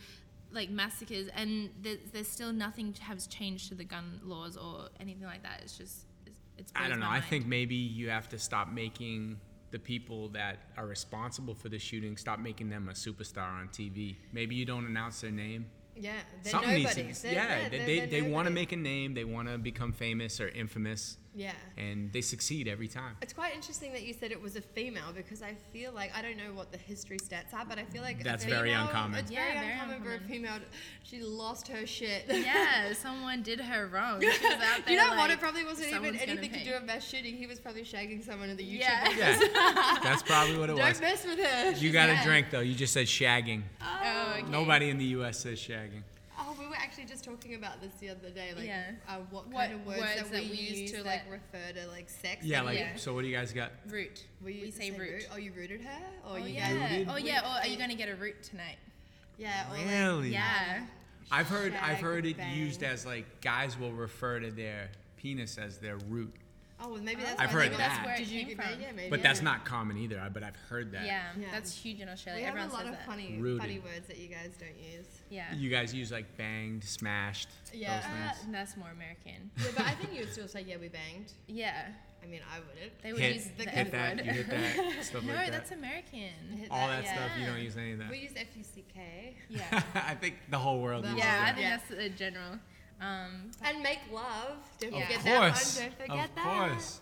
Speaker 2: like massacres, and there, there's still nothing has changed to the gun laws or anything like that. It's just it's, it's
Speaker 4: I
Speaker 2: blows
Speaker 4: don't know.
Speaker 2: my
Speaker 4: I
Speaker 2: mind.
Speaker 4: think maybe you have to stop making the people that are responsible for the shooting stop making them a superstar on TV. Maybe you don't announce their name.
Speaker 3: yeah, they're
Speaker 4: Something needs to-
Speaker 3: nobodies. They're-
Speaker 4: yeah,
Speaker 3: they're-
Speaker 4: they
Speaker 3: they're-
Speaker 4: they,
Speaker 3: they're
Speaker 4: they want to
Speaker 3: nobodies.
Speaker 4: make a name. They want to become famous or infamous,
Speaker 3: yeah.
Speaker 4: and they succeed every time.
Speaker 3: It's quite interesting that you said it was a female because I feel like I don't know what the history stats are, but I feel like a
Speaker 4: That's very
Speaker 3: female-
Speaker 4: uncommon.
Speaker 3: It's
Speaker 2: Yeah,
Speaker 3: very,
Speaker 2: very
Speaker 3: uncommon, for
Speaker 2: uncommon.
Speaker 3: a female. She lost her shit.
Speaker 2: yeah, someone did her wrong. She was out there
Speaker 3: you know what?
Speaker 2: like,
Speaker 3: It probably wasn't even
Speaker 2: "Someone's gonna
Speaker 3: anything to
Speaker 2: pay."
Speaker 3: do with mass shooting. He was probably shagging someone in the YouTube.
Speaker 2: Yeah.
Speaker 3: office.
Speaker 4: Yeah, that's probably what it was.
Speaker 3: Don't mess with her.
Speaker 4: You got
Speaker 2: Yeah.
Speaker 4: a drink though. You just said shagging.
Speaker 3: uh,
Speaker 2: Oh, okay.
Speaker 4: Nobody in the U.S. says shagging.
Speaker 3: Oh, we were actually just talking about this the other day, like
Speaker 2: Yeah.
Speaker 3: uh, what,
Speaker 2: What
Speaker 3: kind of words, that, we use to like
Speaker 2: that-
Speaker 3: refer to like sex.
Speaker 4: Yeah,
Speaker 3: and
Speaker 4: like
Speaker 2: Yeah.
Speaker 4: so. What do you guys got?
Speaker 2: Root.
Speaker 3: we,
Speaker 2: We,
Speaker 3: use the
Speaker 2: say
Speaker 3: same
Speaker 2: root.
Speaker 3: root. Oh, you rooted her, or
Speaker 2: Oh
Speaker 3: you guys?
Speaker 2: yeah.
Speaker 4: Rooted?
Speaker 2: Oh yeah. Or are you gonna get a root tonight?
Speaker 3: Yeah. Or, like,
Speaker 4: Really?
Speaker 2: Yeah.
Speaker 4: I've heard I've
Speaker 3: Shag
Speaker 4: heard it
Speaker 3: bang.
Speaker 4: used as like guys will refer to their penis as their root,
Speaker 3: Oh, well, maybe that's. why
Speaker 4: I've
Speaker 3: they
Speaker 4: heard
Speaker 3: got-
Speaker 4: that.
Speaker 2: That's
Speaker 3: Did
Speaker 2: where it
Speaker 3: you
Speaker 2: came
Speaker 3: get-
Speaker 2: from.
Speaker 3: Yeah, maybe.
Speaker 4: but that's
Speaker 3: yeah.
Speaker 4: not common either. I, but I've heard that.
Speaker 2: Yeah.
Speaker 3: Yeah.
Speaker 2: That's huge in Australia.
Speaker 3: We have
Speaker 2: Everyone
Speaker 3: a lot
Speaker 2: says
Speaker 3: of
Speaker 2: that.
Speaker 3: funny,
Speaker 4: Rooted.
Speaker 3: funny words that you guys don't use.
Speaker 2: Yeah.
Speaker 4: You guys use like banged, smashed.
Speaker 3: Yeah.
Speaker 2: Uh,
Speaker 4: Those things.
Speaker 2: that's more American.
Speaker 3: Yeah, but I think you would still say, "Yeah, we banged."
Speaker 2: Yeah.
Speaker 3: I mean, I wouldn't.
Speaker 2: They would
Speaker 4: hit,
Speaker 2: use the
Speaker 4: hit
Speaker 2: F
Speaker 4: that.
Speaker 2: word.
Speaker 4: You hit that. Stuff
Speaker 2: no,
Speaker 4: like that.
Speaker 2: that's American.
Speaker 3: Hit
Speaker 4: All that
Speaker 3: yeah.
Speaker 4: stuff. You
Speaker 2: yeah.
Speaker 4: don't use any of
Speaker 3: We
Speaker 4: that.
Speaker 3: use F U C K
Speaker 2: Yeah.
Speaker 4: I think the whole world
Speaker 3: The
Speaker 4: uses
Speaker 2: yeah. I
Speaker 4: that.
Speaker 2: think
Speaker 3: Yeah.
Speaker 2: that's a general. Um,
Speaker 3: and make love. Don't
Speaker 2: Of
Speaker 3: forget
Speaker 4: course.
Speaker 3: that one. Don't forget
Speaker 4: of
Speaker 3: that.
Speaker 4: course.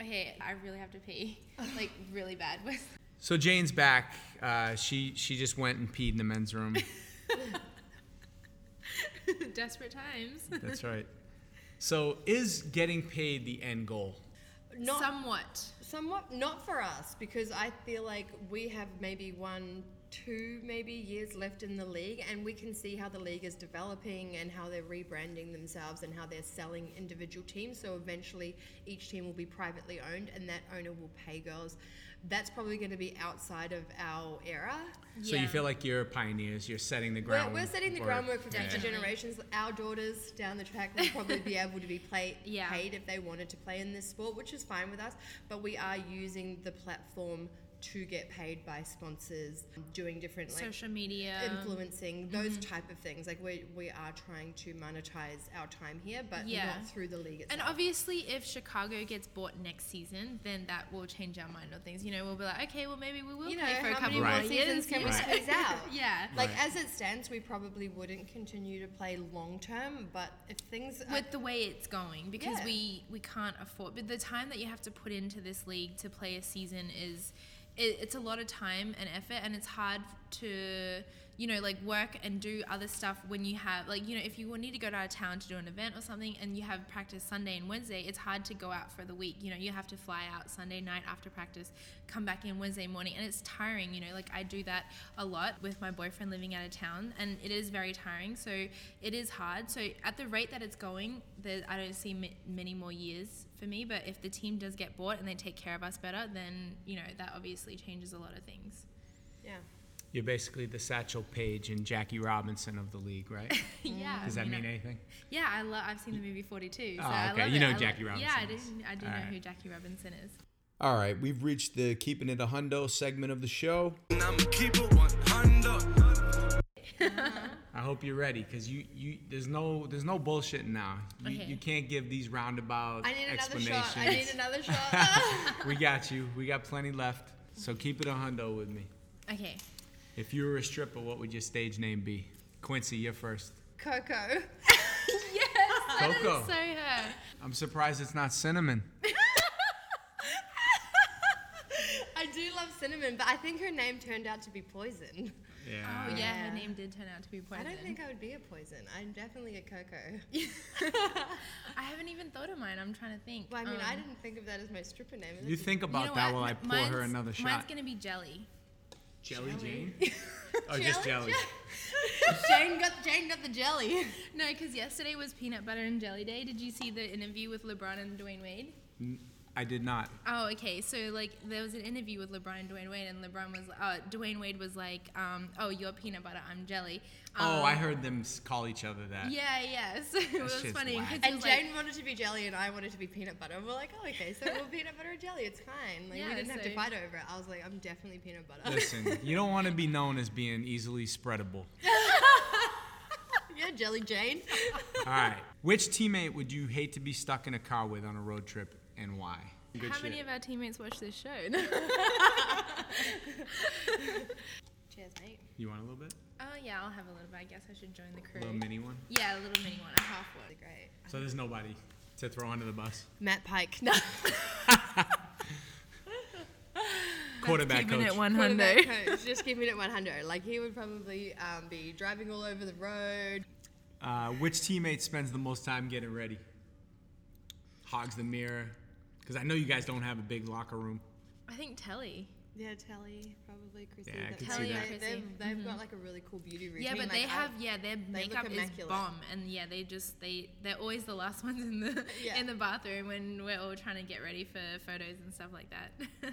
Speaker 2: okay, I really have to pee, like really bad.
Speaker 4: So Jane's back. Uh, she she just went and peed in the men's room.
Speaker 2: Desperate times.
Speaker 4: That's right. So is getting paid the end goal?
Speaker 3: Not
Speaker 2: Somewhat.
Speaker 3: somewhat, not for us, because I feel like we have maybe one, two, maybe years left in the league, and we can see how the league is developing and how they're rebranding themselves and how they're selling individual teams. So eventually, each team will be privately owned, and that owner will pay girls. That's probably going to be outside of our era.
Speaker 4: So you feel like you're pioneers. You're setting the ground.
Speaker 3: We're, we're setting the
Speaker 4: work.
Speaker 3: groundwork for future
Speaker 2: Definitely.
Speaker 3: generations. Our daughters down the track will probably be able to be play,
Speaker 2: Yeah.
Speaker 3: paid if they wanted to play in this sport, which is fine with us. But we are using the platform to get paid by sponsors, doing different like
Speaker 2: social media Mm-hmm.
Speaker 3: influencing those type of things. Like we we are trying to monetize our time here, but
Speaker 2: Yeah.
Speaker 3: not through the league
Speaker 2: And
Speaker 3: itself.
Speaker 2: obviously, if Chicago gets bought next season, then that will change our mind on things. You know, we'll be like, okay, well maybe we will
Speaker 3: you know,
Speaker 2: play for a
Speaker 3: how
Speaker 2: couple
Speaker 3: many more
Speaker 2: more
Speaker 4: Right.
Speaker 3: seasons
Speaker 2: years.
Speaker 3: can we
Speaker 2: yeah.
Speaker 3: squeeze out?
Speaker 2: yeah.
Speaker 3: Like
Speaker 4: Right.
Speaker 3: as it stands, we probably wouldn't continue to play long term. But if things are
Speaker 2: with the way it's going because
Speaker 3: Yeah.
Speaker 2: we we can't afford but the time that you have to put into this league to play a season is it, it's a lot of time and effort and it's hard to you know like work and do other stuff when you have like you know if you will need to go to out of town to do an event or something and you have practice sunday and wednesday it's hard to go out for the week you know you have to fly out sunday night after practice come back in wednesday morning and it's tiring you know like i do that a lot with my boyfriend living out of town and it is very tiring so it is hard so at the rate that it's going there, i don't see m- many more years for me but if the team does get bought and they take care of us better then you know that obviously changes a lot of things
Speaker 3: yeah.
Speaker 4: You're basically the Satchel Paige and Jackie Robinson of the league, right?
Speaker 2: yeah.
Speaker 4: Does that
Speaker 2: you
Speaker 4: mean
Speaker 2: know.
Speaker 4: anything?
Speaker 2: Yeah, I love. I've seen the movie Forty Two. So
Speaker 4: Oh,
Speaker 2: I
Speaker 4: okay.
Speaker 2: love
Speaker 4: You
Speaker 2: it.
Speaker 4: know
Speaker 2: I lo-
Speaker 4: Jackie
Speaker 2: Yeah, I do.
Speaker 4: Robinson
Speaker 2: I do
Speaker 4: All
Speaker 2: know
Speaker 4: right.
Speaker 2: who Jackie Robinson is.
Speaker 1: All right, we've reached the keeping it a hundo segment of the show.
Speaker 5: And I'ma keep it 100.
Speaker 4: I hope you're ready because you, you there's no there's no bullshitting now. You,
Speaker 2: Okay.
Speaker 4: you can't give these roundabout
Speaker 3: I need another
Speaker 4: explanations.
Speaker 3: shot. I need another shot.
Speaker 4: we got you. We got plenty left. So keep it a hundo with me.
Speaker 2: Okay.
Speaker 4: If you were a stripper, what would your stage name be? Quincy, you're first.
Speaker 3: Coco.
Speaker 2: Yes, that is
Speaker 4: Coco.
Speaker 2: so her.
Speaker 4: I'm surprised it's not cinnamon.
Speaker 3: I do love cinnamon, but I think her name turned out to be poison.
Speaker 4: Yeah.
Speaker 2: Oh yeah,
Speaker 3: Yeah.
Speaker 2: her name did turn out to be
Speaker 3: I
Speaker 2: poison.
Speaker 3: don't think I would be a poison. I'm definitely a cocoa.
Speaker 2: I haven't even thought of mine. I'm trying to think.
Speaker 3: Well, I mean,
Speaker 2: Um,
Speaker 3: I didn't think of that as my stripper name.
Speaker 4: You think about
Speaker 2: know
Speaker 4: that
Speaker 2: what?
Speaker 4: while I
Speaker 2: M-
Speaker 4: pour her
Speaker 2: mine's-
Speaker 4: another
Speaker 2: Mine's
Speaker 4: shot.
Speaker 2: gonna be jelly.
Speaker 4: jelly Jane? oh, just jelly.
Speaker 3: Jane got Jane got the jelly.
Speaker 2: No, because yesterday was peanut butter and jelly day. Did you see the interview with LeBron and Dwayne Wade?
Speaker 4: I did not.
Speaker 2: Oh, okay. So like there was an interview with LeBron and Dwayne Wade, and LeBron was uh, Dwayne Wade was like, um, "Oh, you're peanut butter, I'm jelly." Um,
Speaker 4: oh, I heard them s- call each other that.
Speaker 2: Yeah, yeah. So it was
Speaker 4: shit's
Speaker 2: funny
Speaker 4: whack.
Speaker 2: because
Speaker 3: And Jane wanted to be jelly, and I wanted to be peanut butter. We're like, oh, okay, so we're peanut butter or jelly. It's fine. Like
Speaker 2: Yeah,
Speaker 3: we didn't have
Speaker 2: so-
Speaker 3: to fight over it. I was like, I'm definitely peanut butter.
Speaker 4: Listen, you don't want to be known as being easily spreadable.
Speaker 3: yeah, jelly Jane.
Speaker 4: All right. Which teammate would you hate to be stuck in a car with on a road trip and why? Good
Speaker 2: how many of our teammates watch this show?
Speaker 3: Cheers, mate.
Speaker 4: you want a little bit?
Speaker 2: oh yeah, I'll have a little bit. I guess I should join the
Speaker 4: A
Speaker 2: crew.
Speaker 4: little mini one?
Speaker 2: yeah, a little mini one. A half one.
Speaker 3: Really great.
Speaker 4: So there's nobody to throw under the bus.
Speaker 3: Matt Pike. No.
Speaker 4: Quarterback coach.
Speaker 3: quarterback coach, Just keeping it at 100. Like he would probably um, be driving all over the road.
Speaker 4: Uh, which teammate spends the most time getting ready? Hogs the mirror. Because I know you guys don't have a big locker room.
Speaker 2: I think Telly.
Speaker 3: Yeah, Telly, probably Chrissy.
Speaker 4: Yeah, I
Speaker 3: That-
Speaker 4: could see Telly or that.
Speaker 2: Chrissy.
Speaker 3: They've, they've got like a really cool beauty routine.
Speaker 2: Yeah, but
Speaker 3: like,
Speaker 2: they
Speaker 3: I-
Speaker 2: have yeah their
Speaker 3: look
Speaker 2: makeup is
Speaker 3: immaculate.
Speaker 2: bomb, and yeah they just they they're always the last ones in the
Speaker 3: Yeah.
Speaker 2: in the bathroom when we're all trying to get ready for photos and stuff like that. Uh,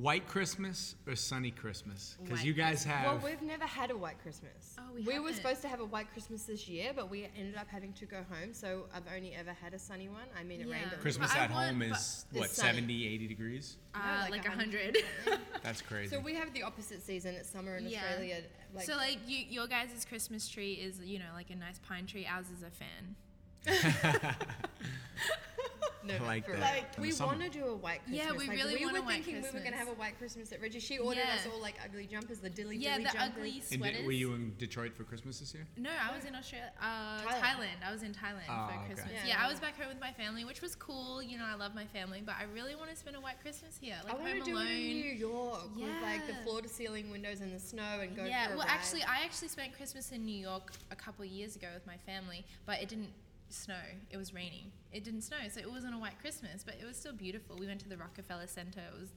Speaker 4: White Christmas or sunny Christmas? Because
Speaker 2: White
Speaker 4: you guys
Speaker 3: Well,
Speaker 4: have.
Speaker 3: we've never had a white Christmas.
Speaker 2: Oh, we
Speaker 3: were
Speaker 2: haven't.
Speaker 3: supposed to have a white Christmas this year, but we ended up having to go home, so I've only ever had a sunny one. I mean, it rained.
Speaker 2: Yeah.
Speaker 3: on-
Speaker 4: Christmas
Speaker 2: But I
Speaker 4: at home
Speaker 2: want-
Speaker 4: is,
Speaker 3: but-
Speaker 4: what,
Speaker 3: It's sunny.
Speaker 4: 70, 80 degrees?
Speaker 2: uh,
Speaker 3: like
Speaker 2: like a
Speaker 3: 100.
Speaker 2: hundred.
Speaker 4: That's crazy.
Speaker 3: So we have the opposite season. It's summer in
Speaker 2: Yeah.
Speaker 3: Australia. Like,
Speaker 2: so like you, your guys' Christmas tree is you know like a nice pine tree. Ours is a fan.
Speaker 3: no,
Speaker 4: I like
Speaker 3: for
Speaker 4: that.
Speaker 3: Like,
Speaker 4: In the
Speaker 3: we
Speaker 4: summer.
Speaker 3: want to do a white Christmas.
Speaker 2: Yeah, we
Speaker 3: Like,
Speaker 2: really
Speaker 3: we
Speaker 2: want
Speaker 3: were
Speaker 2: a white
Speaker 3: thinking we were going to
Speaker 2: Christmas.
Speaker 3: have a white Christmas at Reggie. She ordered
Speaker 2: Yeah.
Speaker 3: us all like ugly jumpers, the dilly
Speaker 2: Yeah,
Speaker 3: dilly
Speaker 2: the
Speaker 3: jumpers.
Speaker 2: ugly
Speaker 4: And
Speaker 2: sweaters.
Speaker 4: did, were you in Detroit for Christmas this year?
Speaker 2: No, I was in Australia, uh,
Speaker 3: Thailand.
Speaker 2: Thailand. I was in Thailand
Speaker 4: Oh,
Speaker 2: for
Speaker 4: okay.
Speaker 2: Christmas.
Speaker 3: Yeah.
Speaker 2: Yeah, I was back home with my family, which was cool. You know, I love my family, but I really want to spend a white Christmas here,
Speaker 3: I
Speaker 2: like
Speaker 3: want
Speaker 2: home
Speaker 3: to do
Speaker 2: alone.
Speaker 3: it in New York with like the
Speaker 2: Yeah.
Speaker 3: floor to ceiling windows in the snow and go
Speaker 2: yeah,
Speaker 3: for a
Speaker 2: well,
Speaker 3: ride.
Speaker 2: actually, I actually spent Christmas in New York a couple years ago with my family, but it didn't snow. It was raining. It didn't snow, so it wasn't a white Christmas, but it was still beautiful. We went to the Rockefeller Center. It was,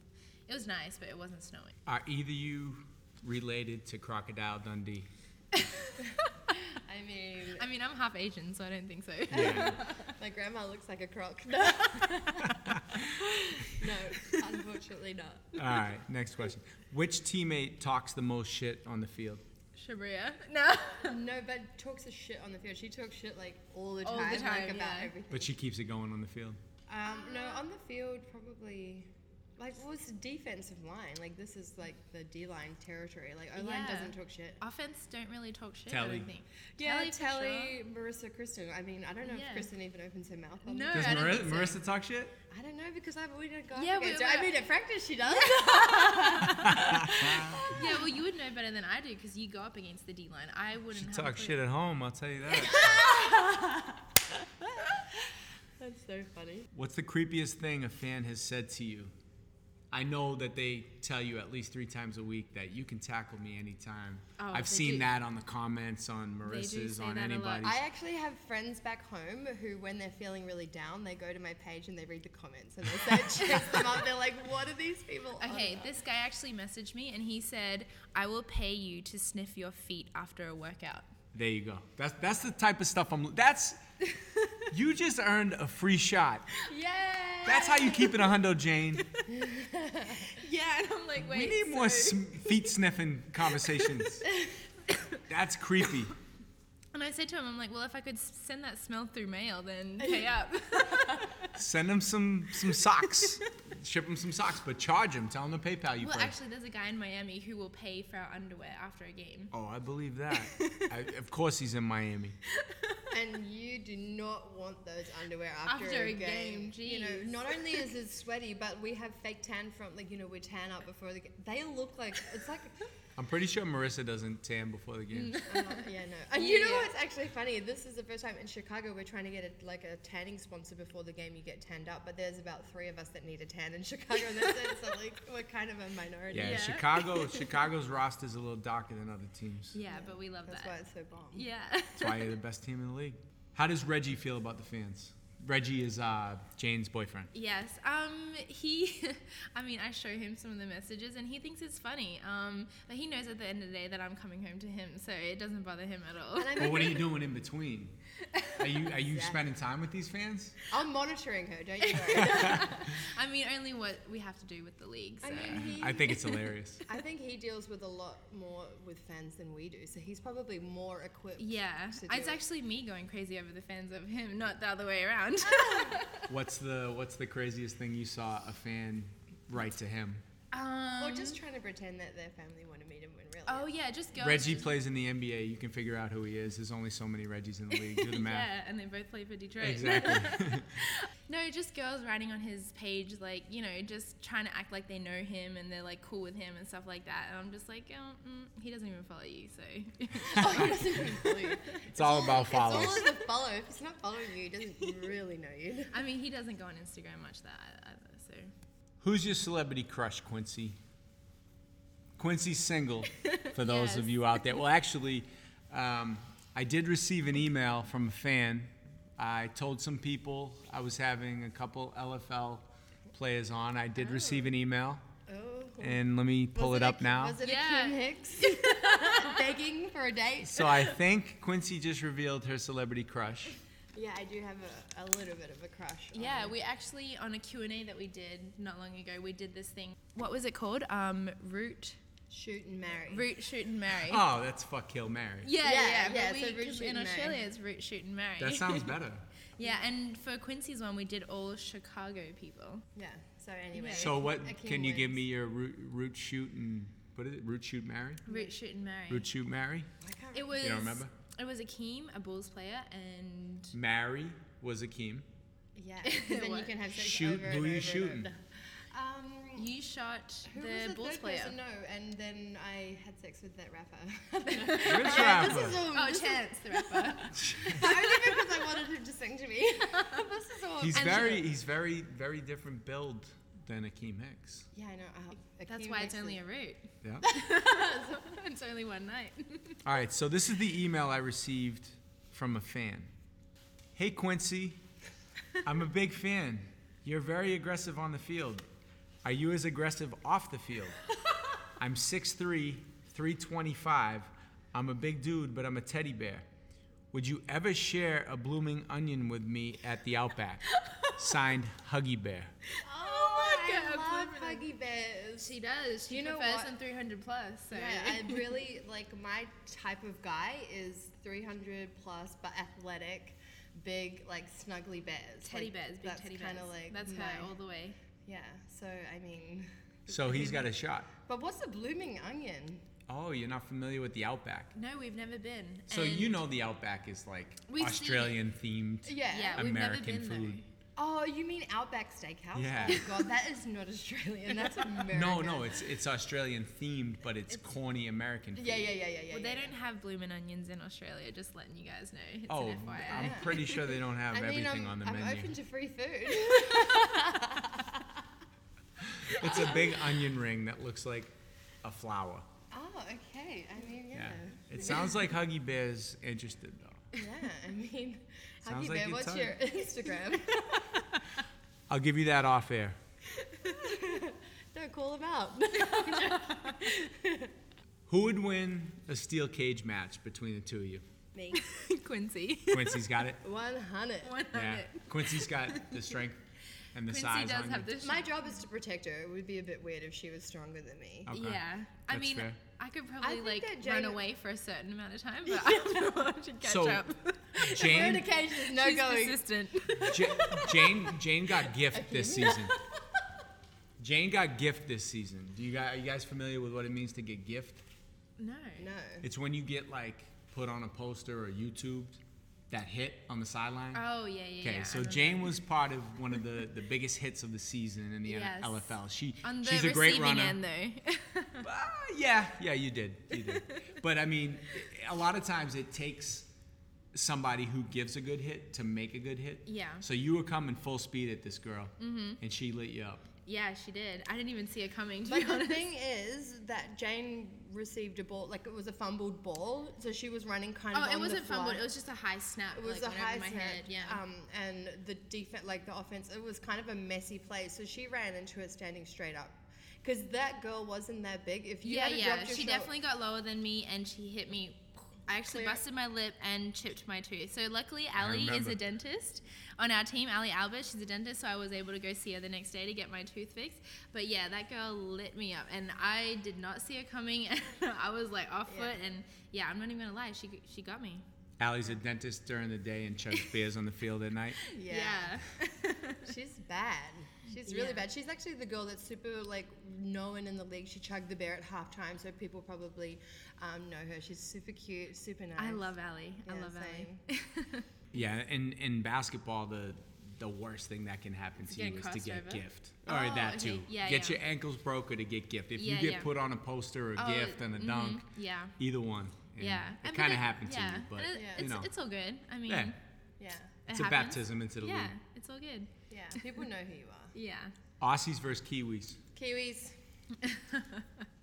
Speaker 2: it was nice, but it wasn't snowing.
Speaker 4: Are either you related to Crocodile Dundee?
Speaker 3: I mean,
Speaker 2: I mean, I'm half Asian, so I don't think so.
Speaker 3: my grandma looks like a croc. No, no unfortunately not.
Speaker 4: All right, next question. Which teammate talks the most shit on the field?
Speaker 2: Shabria, no.
Speaker 3: No, but talks a shit on the field. She talks shit like all the time,
Speaker 2: All the
Speaker 3: like
Speaker 2: time,
Speaker 3: about
Speaker 2: yeah.
Speaker 3: everything.
Speaker 4: But she keeps it going on the field.
Speaker 3: Um, no, on the field probably. Like, well, it's the defensive line. Like, this is like the D line territory. Like, O line
Speaker 2: Yeah.
Speaker 3: doesn't talk shit.
Speaker 2: Offense don't really talk shit. I
Speaker 4: Telly.
Speaker 2: don't think.
Speaker 3: Yeah, Telly,
Speaker 2: for
Speaker 3: Marissa, Kristen. I mean, I don't know if
Speaker 2: Yeah.
Speaker 3: Kristen even opens her mouth.
Speaker 2: sure.
Speaker 3: On
Speaker 2: No,
Speaker 3: the-
Speaker 4: Does
Speaker 2: I don't
Speaker 4: Mari-
Speaker 2: think so.
Speaker 4: Marissa talk shit?
Speaker 3: I don't know because I've always gone
Speaker 2: Yeah,
Speaker 3: up
Speaker 2: we-
Speaker 3: against her. I
Speaker 2: we-
Speaker 3: mean, at practice she does.
Speaker 2: Yeah, well, you would know better than I do because you go up against the D line. I wouldn't.
Speaker 4: She
Speaker 2: have a
Speaker 4: talks
Speaker 2: clue.
Speaker 4: shit at home, I'll tell you that.
Speaker 3: That's so funny.
Speaker 4: What's the creepiest thing a fan has said to you? I know that they tell you at least three times a week that you can tackle me anytime.
Speaker 2: Oh,
Speaker 4: I've
Speaker 2: they
Speaker 4: seen
Speaker 2: do-
Speaker 4: that on the comments, on
Speaker 2: They do
Speaker 4: Marissa's,
Speaker 2: say
Speaker 4: on
Speaker 2: that a lot.
Speaker 4: anybody's.
Speaker 3: I actually have friends back home who, when they're feeling really down, they go to my page and they read the comments and they say, cheers them up. They're like, what are these people? on
Speaker 2: Okay,
Speaker 3: about?"
Speaker 2: this guy actually messaged me and he said, I will pay you to sniff your feet after a workout.
Speaker 4: There you go. That's that's the type of stuff I'm. That's you just earned a free shot
Speaker 2: Yay!
Speaker 4: That's how you keep it a hundo, Jane.
Speaker 2: Yeah, and I'm like, wait.
Speaker 4: We need more
Speaker 2: so-
Speaker 4: sm- feet sniffing conversations. That's creepy.
Speaker 2: and I said to him, I'm like, well, if I could s- send that smell through mail, then pay up.
Speaker 4: Send him some some socks. Ship him some socks, but charge him. Tell him to PayPal you
Speaker 2: well,
Speaker 4: play.
Speaker 2: actually, there's a guy in Miami who will pay for our underwear after a game.
Speaker 4: oh, I believe that. I, of course, he's in Miami.
Speaker 3: and you do not want those underwear after,
Speaker 2: After
Speaker 3: a
Speaker 2: a
Speaker 3: game.
Speaker 2: game,
Speaker 3: You
Speaker 2: jeez.
Speaker 3: know, not only is it sweaty, but we have fake tan from like you know we tan up before the game. They look like it's like
Speaker 4: I'm pretty sure Marissa doesn't tan before the game.
Speaker 3: I'm not- yeah no. And you know
Speaker 2: Yeah.
Speaker 3: what's actually funny? This is the first time in Chicago we're trying to get a, like a tanning sponsor before the game. You get tanned up, but there's about three of us that need a tan in Chicago, and that's it. So like we're kind of a minority.
Speaker 4: Yeah,
Speaker 2: Yeah.
Speaker 4: Chicago. Chicago's roster is a little darker than other teams.
Speaker 2: Yeah, but we love
Speaker 3: That's
Speaker 2: that.
Speaker 3: why it's so bomb.
Speaker 2: Yeah.
Speaker 4: That's why you're the best team in the league. How does Reggie feel about the fans? Reggie is uh, Jane's boyfriend.
Speaker 2: Yes. Um, he, I mean, I show him some of the messages and he thinks it's funny. Um, but he knows at the end of the day that I'm coming home to him, so it doesn't bother him at all.
Speaker 3: And I
Speaker 4: But
Speaker 3: mean,
Speaker 4: what are you doing in between? Are you are you spending time with these fans?
Speaker 3: I'm monitoring her. Don't you worry.
Speaker 2: I mean, only what we have to do with the league. So.
Speaker 3: I mean, he,
Speaker 4: I think it's hilarious.
Speaker 3: I think he deals with a lot more with fans than we do, so he's probably more equipped.
Speaker 2: yeah,
Speaker 3: To do
Speaker 2: it's
Speaker 3: it.
Speaker 2: actually me going crazy over the fans of him, not the other way around.
Speaker 4: What's the what's the craziest thing you saw a fan write to him?
Speaker 2: um,
Speaker 3: Or just trying to pretend that their family want to meet him when really.
Speaker 2: oh yeah, just girls.
Speaker 4: Reggie plays in the NBA. You can figure out who he is. There's only so many Reggies in the league. Do the math.
Speaker 2: yeah, and they both play for Detroit.
Speaker 4: Exactly.
Speaker 2: No, just girls writing on his page, like, you know, just trying to act like they know him and they're like cool with him and stuff like that. And I'm just like, oh, mm, he doesn't even follow you, so.
Speaker 3: oh, he doesn't even follow you.
Speaker 4: It's all about
Speaker 3: It's all
Speaker 4: follows.
Speaker 3: in the follow. If he's not following you, he doesn't really know you.
Speaker 2: I mean, he doesn't go on Instagram much that either, so.
Speaker 4: Who's your celebrity crush, Quincy? Quincy's single, for those of
Speaker 2: Yes.
Speaker 4: you out there. Well, actually, um, I did receive an email from a fan. I told some people I was having a couple LFL players on. I did receive an email,
Speaker 3: Oh.
Speaker 4: and let me pull
Speaker 3: Was
Speaker 4: it
Speaker 3: a
Speaker 4: up
Speaker 3: Ki-
Speaker 4: now.
Speaker 3: Was it a
Speaker 2: Yeah.
Speaker 3: Kim Hicks begging for a date?
Speaker 4: So I think Quincy just revealed her celebrity crush.
Speaker 3: Yeah, I do have a, a little bit of a crush. on
Speaker 2: Yeah,
Speaker 3: him.
Speaker 2: we actually, on a Q&A that we did not long ago, we did this thing. What was it called? Um, Root,
Speaker 3: shoot and marry.
Speaker 2: Root, Shoot, and Marry.
Speaker 4: Oh, that's fuck, kill, marry.
Speaker 2: Yeah,
Speaker 3: Yeah,
Speaker 2: yeah,
Speaker 3: yeah,
Speaker 2: but
Speaker 3: so
Speaker 2: we,
Speaker 3: root,
Speaker 2: 'cause
Speaker 3: shoot,
Speaker 2: in
Speaker 3: and marry.
Speaker 2: Australia, it's root, shoot, and marry.
Speaker 4: That sounds better.
Speaker 2: yeah, and for Quincy's one, we did all Chicago people.
Speaker 3: Yeah. So anyway.
Speaker 4: So what?
Speaker 3: a king
Speaker 4: Can you give
Speaker 3: wins.
Speaker 4: me your root, root shoot and what is it? Root shoot marry.
Speaker 2: Root, shoot, and marry.
Speaker 4: Root shoot marry.
Speaker 3: I can't
Speaker 2: It was.
Speaker 4: don't remember?
Speaker 2: It was Akeem, a Bulls player, and
Speaker 4: Marry was Akeem.
Speaker 3: Yeah. 'cause then you
Speaker 2: What?
Speaker 3: can have sex
Speaker 4: Shoot,
Speaker 3: over
Speaker 4: who
Speaker 3: and
Speaker 4: are you
Speaker 3: over and
Speaker 4: shooting?
Speaker 3: over. Um.
Speaker 2: you shot
Speaker 3: Who was
Speaker 2: the
Speaker 3: the
Speaker 2: Bulls
Speaker 3: third
Speaker 2: player.
Speaker 3: person? No, and then I had sex with that rapper.
Speaker 4: Which
Speaker 3: this
Speaker 4: rapper?
Speaker 3: is all.
Speaker 2: Oh,
Speaker 3: this is-
Speaker 2: Chance, the rapper.
Speaker 3: only because I wanted him to sing to me. this is all.
Speaker 4: He's
Speaker 2: And-
Speaker 4: very, he's very, very different build than Akeem Hicks.
Speaker 3: yeah, I know. Uh,
Speaker 2: That's
Speaker 3: Akeem
Speaker 2: why it's
Speaker 3: Hicks
Speaker 2: only
Speaker 3: is-
Speaker 2: a root.
Speaker 4: Yeah.
Speaker 2: it's only one night.
Speaker 4: All right. So this is the email I received from a fan. Hey Quincy, I'm a big fan. You're very aggressive on the field. Are you as aggressive off the field? I'm 6'3, 325. I'm a big dude, but I'm a teddy bear. Would you ever share a blooming onion with me at the Outback? Signed Huggy Bear.
Speaker 3: Oh,
Speaker 2: my
Speaker 3: I
Speaker 2: God,
Speaker 3: love
Speaker 2: Cleveland.
Speaker 3: Huggy Bears.
Speaker 2: She does. She
Speaker 3: You know
Speaker 2: prefers
Speaker 3: what?
Speaker 2: them 300 plus. So.
Speaker 3: Yeah, I really like my type of guy is 300 plus, but athletic, big, like snuggly bears.
Speaker 2: Teddy
Speaker 3: Like,
Speaker 2: bears, big
Speaker 3: that's
Speaker 2: teddy bears.
Speaker 3: kind of like
Speaker 2: That's
Speaker 3: my,
Speaker 2: her all the way.
Speaker 3: Yeah. So I mean,
Speaker 4: So he's got a shot.
Speaker 3: but what's a blooming onion?
Speaker 4: Oh, you're not familiar with the Outback.
Speaker 2: No, we've never been.
Speaker 4: So
Speaker 2: and
Speaker 4: you know the Outback is like
Speaker 2: We've seen it.
Speaker 4: Australian themed
Speaker 3: Yeah.
Speaker 2: Yeah. we've never
Speaker 4: American
Speaker 2: been
Speaker 4: food.
Speaker 3: Oh, you mean Outback Steakhouse?
Speaker 4: Yeah.
Speaker 3: Oh God, that is not Australian. That's American.
Speaker 4: No, no, it's it's Australian themed, but it's, corny American food.
Speaker 3: Yeah, yeah, yeah, yeah, yeah.
Speaker 2: Well,
Speaker 3: yeah,
Speaker 2: they don't have bloomin' onions in Australia. Just letting you guys know. It's
Speaker 4: Oh,
Speaker 2: an FYI.
Speaker 4: I'm pretty sure they don't have
Speaker 3: I mean,
Speaker 4: everything
Speaker 3: I'm,
Speaker 4: on the
Speaker 3: I'm
Speaker 4: menu.
Speaker 3: open to free food.
Speaker 4: It's a big onion ring that looks like a flower.
Speaker 3: oh, okay. I mean,
Speaker 4: Yeah.
Speaker 3: yeah.
Speaker 4: It sounds like Huggy Bear's interested though.
Speaker 3: Yeah, I mean,
Speaker 4: Sounds
Speaker 3: Huggy
Speaker 4: like
Speaker 3: Bear,
Speaker 4: your
Speaker 3: what's
Speaker 4: type.
Speaker 3: your Instagram?
Speaker 4: I'll give you that off air.
Speaker 3: Don't call him out.
Speaker 4: Who would win a steel cage match between the two of you?
Speaker 3: Me.
Speaker 2: Quincy.
Speaker 4: Quincy's got it.
Speaker 3: 100.
Speaker 2: One
Speaker 4: Yeah.
Speaker 2: hundred.
Speaker 4: Quincy's got the strength. and the
Speaker 2: Quincy
Speaker 4: size
Speaker 2: does
Speaker 4: on
Speaker 2: have
Speaker 4: you.
Speaker 2: this.
Speaker 3: My job is to protect her. It would be a bit weird if she was stronger than me.
Speaker 4: Okay.
Speaker 2: Yeah. I
Speaker 4: That's
Speaker 2: mean,
Speaker 4: fair.
Speaker 2: I could
Speaker 3: I
Speaker 2: probably
Speaker 3: think
Speaker 2: like
Speaker 3: that
Speaker 2: run
Speaker 3: Jane-
Speaker 2: away for a certain amount of time, but I don't know. I should catch
Speaker 4: So,
Speaker 2: up.
Speaker 3: We're
Speaker 4: Jane,
Speaker 3: occasions, no
Speaker 2: She's
Speaker 3: going.
Speaker 2: persistent.
Speaker 4: Ja- Jane, Jane got gift this season. Jane got gift this season. Do you guys, are you guys familiar with what it means to get gift?
Speaker 2: no.
Speaker 3: No.
Speaker 4: It's when you get like put on a poster or YouTube that hit on the sideline.
Speaker 2: Oh yeah, yeah.
Speaker 4: Okay,
Speaker 2: yeah, I
Speaker 4: so
Speaker 2: remember.
Speaker 4: Jane was part of one of the, the biggest hits of the season in the
Speaker 2: Yes.
Speaker 4: LFL. She
Speaker 2: On the
Speaker 4: she's a great
Speaker 2: receiving
Speaker 4: runner.
Speaker 2: end, though.
Speaker 4: Ah, yeah, yeah, you did, you did. but I mean, a lot of times it takes somebody who gives a good hit to make a good hit.
Speaker 2: Yeah. Mm-hmm.
Speaker 4: So you were coming full speed at this girl, and she lit you up.
Speaker 2: yeah, she did. I didn't even see it coming. To
Speaker 3: But
Speaker 2: be
Speaker 3: the
Speaker 2: honest.
Speaker 3: thing is that Jane received a ball, like it was a fumbled ball, so she was running kind of.
Speaker 2: oh,
Speaker 3: on
Speaker 2: it wasn't
Speaker 3: the fly.
Speaker 2: fumbled. It was just a high snap.
Speaker 3: It was
Speaker 2: like,
Speaker 3: a
Speaker 2: went
Speaker 3: high
Speaker 2: over my
Speaker 3: snap,
Speaker 2: head. Yeah.
Speaker 3: Um, and the defense, like the offense, it was kind of a messy play. So she ran into it standing straight up, because that girl wasn't that big. If you
Speaker 2: yeah,
Speaker 3: had
Speaker 2: yeah.
Speaker 3: dropped your
Speaker 2: She
Speaker 3: shot-
Speaker 2: definitely got lower than me, and she hit me. I actually
Speaker 3: Clear.
Speaker 2: busted my lip and chipped my tooth. So luckily, Allie is
Speaker 4: remember.
Speaker 2: a dentist on our team. Allie Albert, she's a dentist, so I was able to go see her the next day to get my tooth fixed. But yeah, that girl lit me up, and I did not see her coming. And I was like off
Speaker 3: Yeah.
Speaker 2: foot, and yeah, I'm not even gonna lie, she she got me.
Speaker 4: Allie's a dentist during the day and chugs beers on the field at night.
Speaker 3: yeah.
Speaker 2: yeah.
Speaker 3: She's bad. She's really
Speaker 2: Yeah.
Speaker 3: bad. She's actually the girl that's super like known in the league. She chugged the bear at halftime, so people probably um, know her. She's super cute, super nice.
Speaker 2: I love Allie. I
Speaker 3: Yeah,
Speaker 2: love
Speaker 3: same.
Speaker 2: Allie.
Speaker 4: Yeah, and in basketball, the the worst thing that can happen to
Speaker 2: get
Speaker 4: you is to get
Speaker 2: crossover?
Speaker 4: gift. All right,
Speaker 2: Oh,
Speaker 4: that
Speaker 2: okay.
Speaker 4: too.
Speaker 2: Yeah,
Speaker 4: get
Speaker 2: yeah.
Speaker 4: your ankles broke or to get gift. If you
Speaker 2: Yeah,
Speaker 4: get
Speaker 2: yeah.
Speaker 4: put on a poster, a
Speaker 2: Oh,
Speaker 4: gift, and a
Speaker 2: mhm,
Speaker 4: dunk,
Speaker 2: yeah.
Speaker 4: either one. And
Speaker 2: yeah. I
Speaker 4: It
Speaker 2: mean,
Speaker 4: kind of happened
Speaker 2: yeah.
Speaker 4: to you, but
Speaker 2: And it-
Speaker 3: Yeah.
Speaker 2: it's,
Speaker 4: you know,
Speaker 2: it's all good. I mean,
Speaker 4: Yeah.
Speaker 2: it
Speaker 3: Yeah,
Speaker 4: it's a
Speaker 2: happens.
Speaker 4: baptism into the
Speaker 2: Yeah,
Speaker 4: league.
Speaker 2: it's all good.
Speaker 3: yeah. People know who you are.
Speaker 2: Yeah.
Speaker 4: Aussies versus Kiwis.
Speaker 3: Kiwis.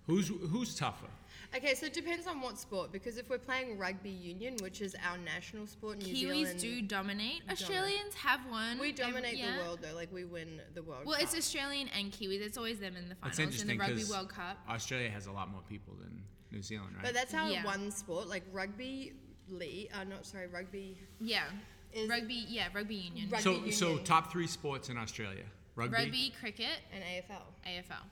Speaker 4: Who's who's tougher?
Speaker 3: Okay, so it depends on what sport. Because if we're playing rugby union, which is our national sport, New
Speaker 2: Kiwis
Speaker 3: Zealand,
Speaker 2: do dominate. Australians have one.
Speaker 3: we
Speaker 2: They've-
Speaker 3: dominate
Speaker 2: yeah.
Speaker 3: the world though. Like we win the world.
Speaker 2: Well, it's
Speaker 3: Cup.
Speaker 2: Australian and Kiwis. It's always them in the
Speaker 4: That's
Speaker 2: finals in the
Speaker 4: interesting
Speaker 2: Rugby
Speaker 4: because
Speaker 2: World Cup.
Speaker 4: Australia has a lot more people than New Zealand, right?
Speaker 3: But that's how
Speaker 2: Yeah.
Speaker 3: one sport, like rugby league, uh, not sorry, rugby.
Speaker 2: Yeah.
Speaker 3: Is-
Speaker 2: Rugby, yeah, rugby union.
Speaker 3: Rugby
Speaker 4: so
Speaker 3: union
Speaker 4: so top three sports in Australia: rugby,
Speaker 2: Rugby, cricket,
Speaker 3: and AFL.
Speaker 2: AFL.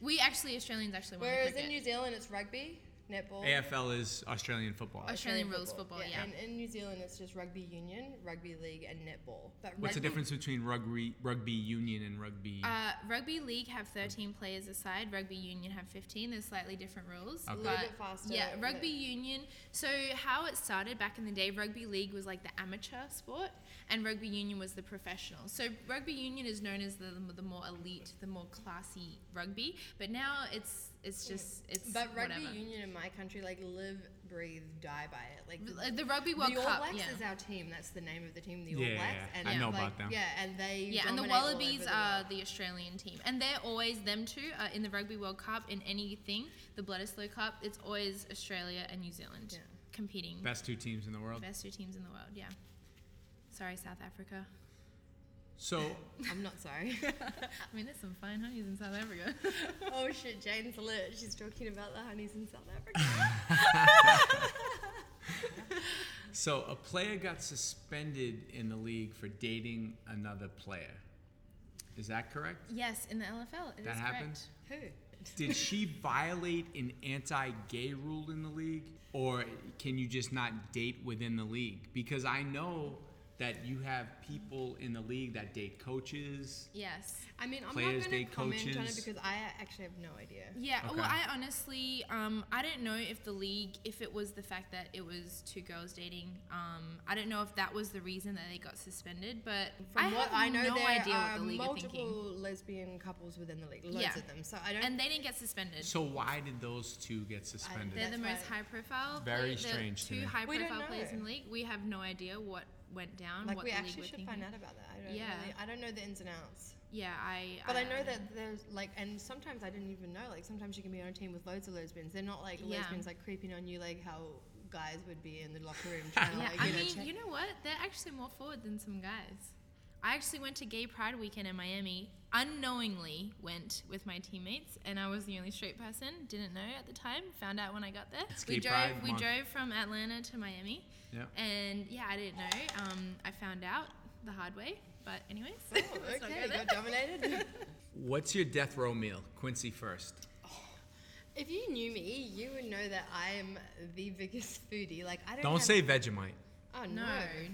Speaker 2: We actually Australians actually won the
Speaker 3: Whereas
Speaker 2: Oh, cricket.
Speaker 3: in New Zealand, it's rugby, netball,
Speaker 4: AFL is Australian football.
Speaker 2: Australian rules football, yeah.
Speaker 3: And in New Zealand, it's just rugby union, rugby league, and netball. But
Speaker 4: What's the
Speaker 3: rugby-
Speaker 4: difference between rugby rugby union and rugby?
Speaker 2: Uh, rugby league have 13 players a side. Rugby union have 15. There's slightly different rules.
Speaker 4: Okay. A
Speaker 3: little
Speaker 2: but-
Speaker 3: bit faster,
Speaker 2: Yeah,
Speaker 3: but-
Speaker 2: rugby union. So how it started back in the day, rugby league was like the amateur sport, and rugby union was the professional. So rugby union is known as the the more elite, the more classy rugby. But now it's it's just it's
Speaker 3: But rugby
Speaker 2: whatever.
Speaker 3: union in my country, like live, breathe, die by it. Like the,
Speaker 2: Uh, The rugby World
Speaker 3: the All
Speaker 2: Cup,
Speaker 3: Blacks
Speaker 2: yeah.
Speaker 3: is our team. That's the name of the team, the
Speaker 4: Yeah,
Speaker 3: All Blacks.
Speaker 4: yeah, I know
Speaker 3: like,
Speaker 4: about them.
Speaker 3: Yeah, and they.
Speaker 2: Yeah, and the
Speaker 3: dominate all over
Speaker 2: Wallabies
Speaker 3: the
Speaker 2: are
Speaker 3: world.
Speaker 2: the Australian team, and they're always them two uh, in the Rugby World Cup in anything. The Bledisloe Cup, it's always Australia and New Zealand
Speaker 3: Yeah.
Speaker 2: competing. Best.
Speaker 4: Best two teams in the world.
Speaker 2: two teams in the world. Yeah. Sorry, South Africa.
Speaker 4: So
Speaker 3: I'm not sorry.
Speaker 2: I mean, there's some fine honeys in South Africa.
Speaker 3: oh shit, Jane's lit. She's talking about the honeys in South Africa.
Speaker 4: so a player got suspended in the league for dating another player. Is that correct?
Speaker 2: yes, in the LFL, it is
Speaker 4: That happened?
Speaker 2: correct.
Speaker 3: Who?
Speaker 4: Did she violate an anti-gay rule in the league, or can you just not date within the league? Because I know that you have people in the league that date coaches.
Speaker 2: Yes.
Speaker 3: I mean, I'm
Speaker 4: Players,
Speaker 3: not
Speaker 4: they
Speaker 3: going to comment on
Speaker 4: coaches.
Speaker 3: it because I actually have no idea.
Speaker 2: Yeah,
Speaker 4: Okay.
Speaker 2: well, I honestly, um, I don't know if the league, if it was the fact that it was two girls dating, um, I don't know if that was the reason that they got suspended, but
Speaker 3: From
Speaker 2: I have
Speaker 3: what I know,
Speaker 2: no
Speaker 3: there
Speaker 2: idea
Speaker 3: are
Speaker 2: what the league are
Speaker 3: multiple
Speaker 2: thinking.
Speaker 3: lesbian couples within the league. Loads
Speaker 2: Yeah.
Speaker 3: of them. So I don't.
Speaker 2: And they didn't get suspended.
Speaker 4: So why did those two get suspended?
Speaker 2: They're the
Speaker 3: That's
Speaker 2: most
Speaker 3: why-
Speaker 2: high profile. play-
Speaker 4: Very
Speaker 2: the
Speaker 4: strange to
Speaker 2: Two
Speaker 4: me.
Speaker 2: high
Speaker 3: We don't
Speaker 2: profile players
Speaker 3: know.
Speaker 2: in the league. We have no idea what went down.
Speaker 3: like
Speaker 2: what
Speaker 3: we
Speaker 2: the
Speaker 3: actually
Speaker 2: league were
Speaker 3: should find
Speaker 2: thinking.
Speaker 3: out about that. I don't
Speaker 2: Yeah.
Speaker 3: really, I don't know the ins and outs.
Speaker 2: Yeah, I.
Speaker 3: But I know
Speaker 2: don't
Speaker 3: that there's like, and sometimes I didn't even know. Like sometimes you can be on a team with loads of lesbians. They're not like
Speaker 2: Yeah.
Speaker 3: lesbians like creeping on you like how guys would be in the locker room trying
Speaker 2: Yeah,
Speaker 3: to like
Speaker 2: I
Speaker 3: you know,
Speaker 2: mean,
Speaker 3: check-
Speaker 2: you know what? They're actually more forward than some guys. I actually went to Gay Pride Weekend in Miami. Unknowingly went with my teammates, and I was the only straight person. Didn't know at the time. Found out when I got there.
Speaker 4: It's
Speaker 2: we
Speaker 4: Gay
Speaker 2: drove.
Speaker 4: Pride
Speaker 2: we
Speaker 4: month.
Speaker 2: drove from Atlanta to Miami,
Speaker 4: Yeah.
Speaker 2: and yeah, I didn't know. Um, I found out the hard way. But anyways,
Speaker 3: Oh,
Speaker 2: let's not
Speaker 3: okay,
Speaker 2: go
Speaker 3: you
Speaker 2: there.
Speaker 3: got
Speaker 1: What's your death row meal? Quincy first.
Speaker 3: If you knew me, you would know that I am the biggest foodie. Like I don't.
Speaker 1: Don't
Speaker 3: have-
Speaker 1: say Vegemite.
Speaker 3: Oh no,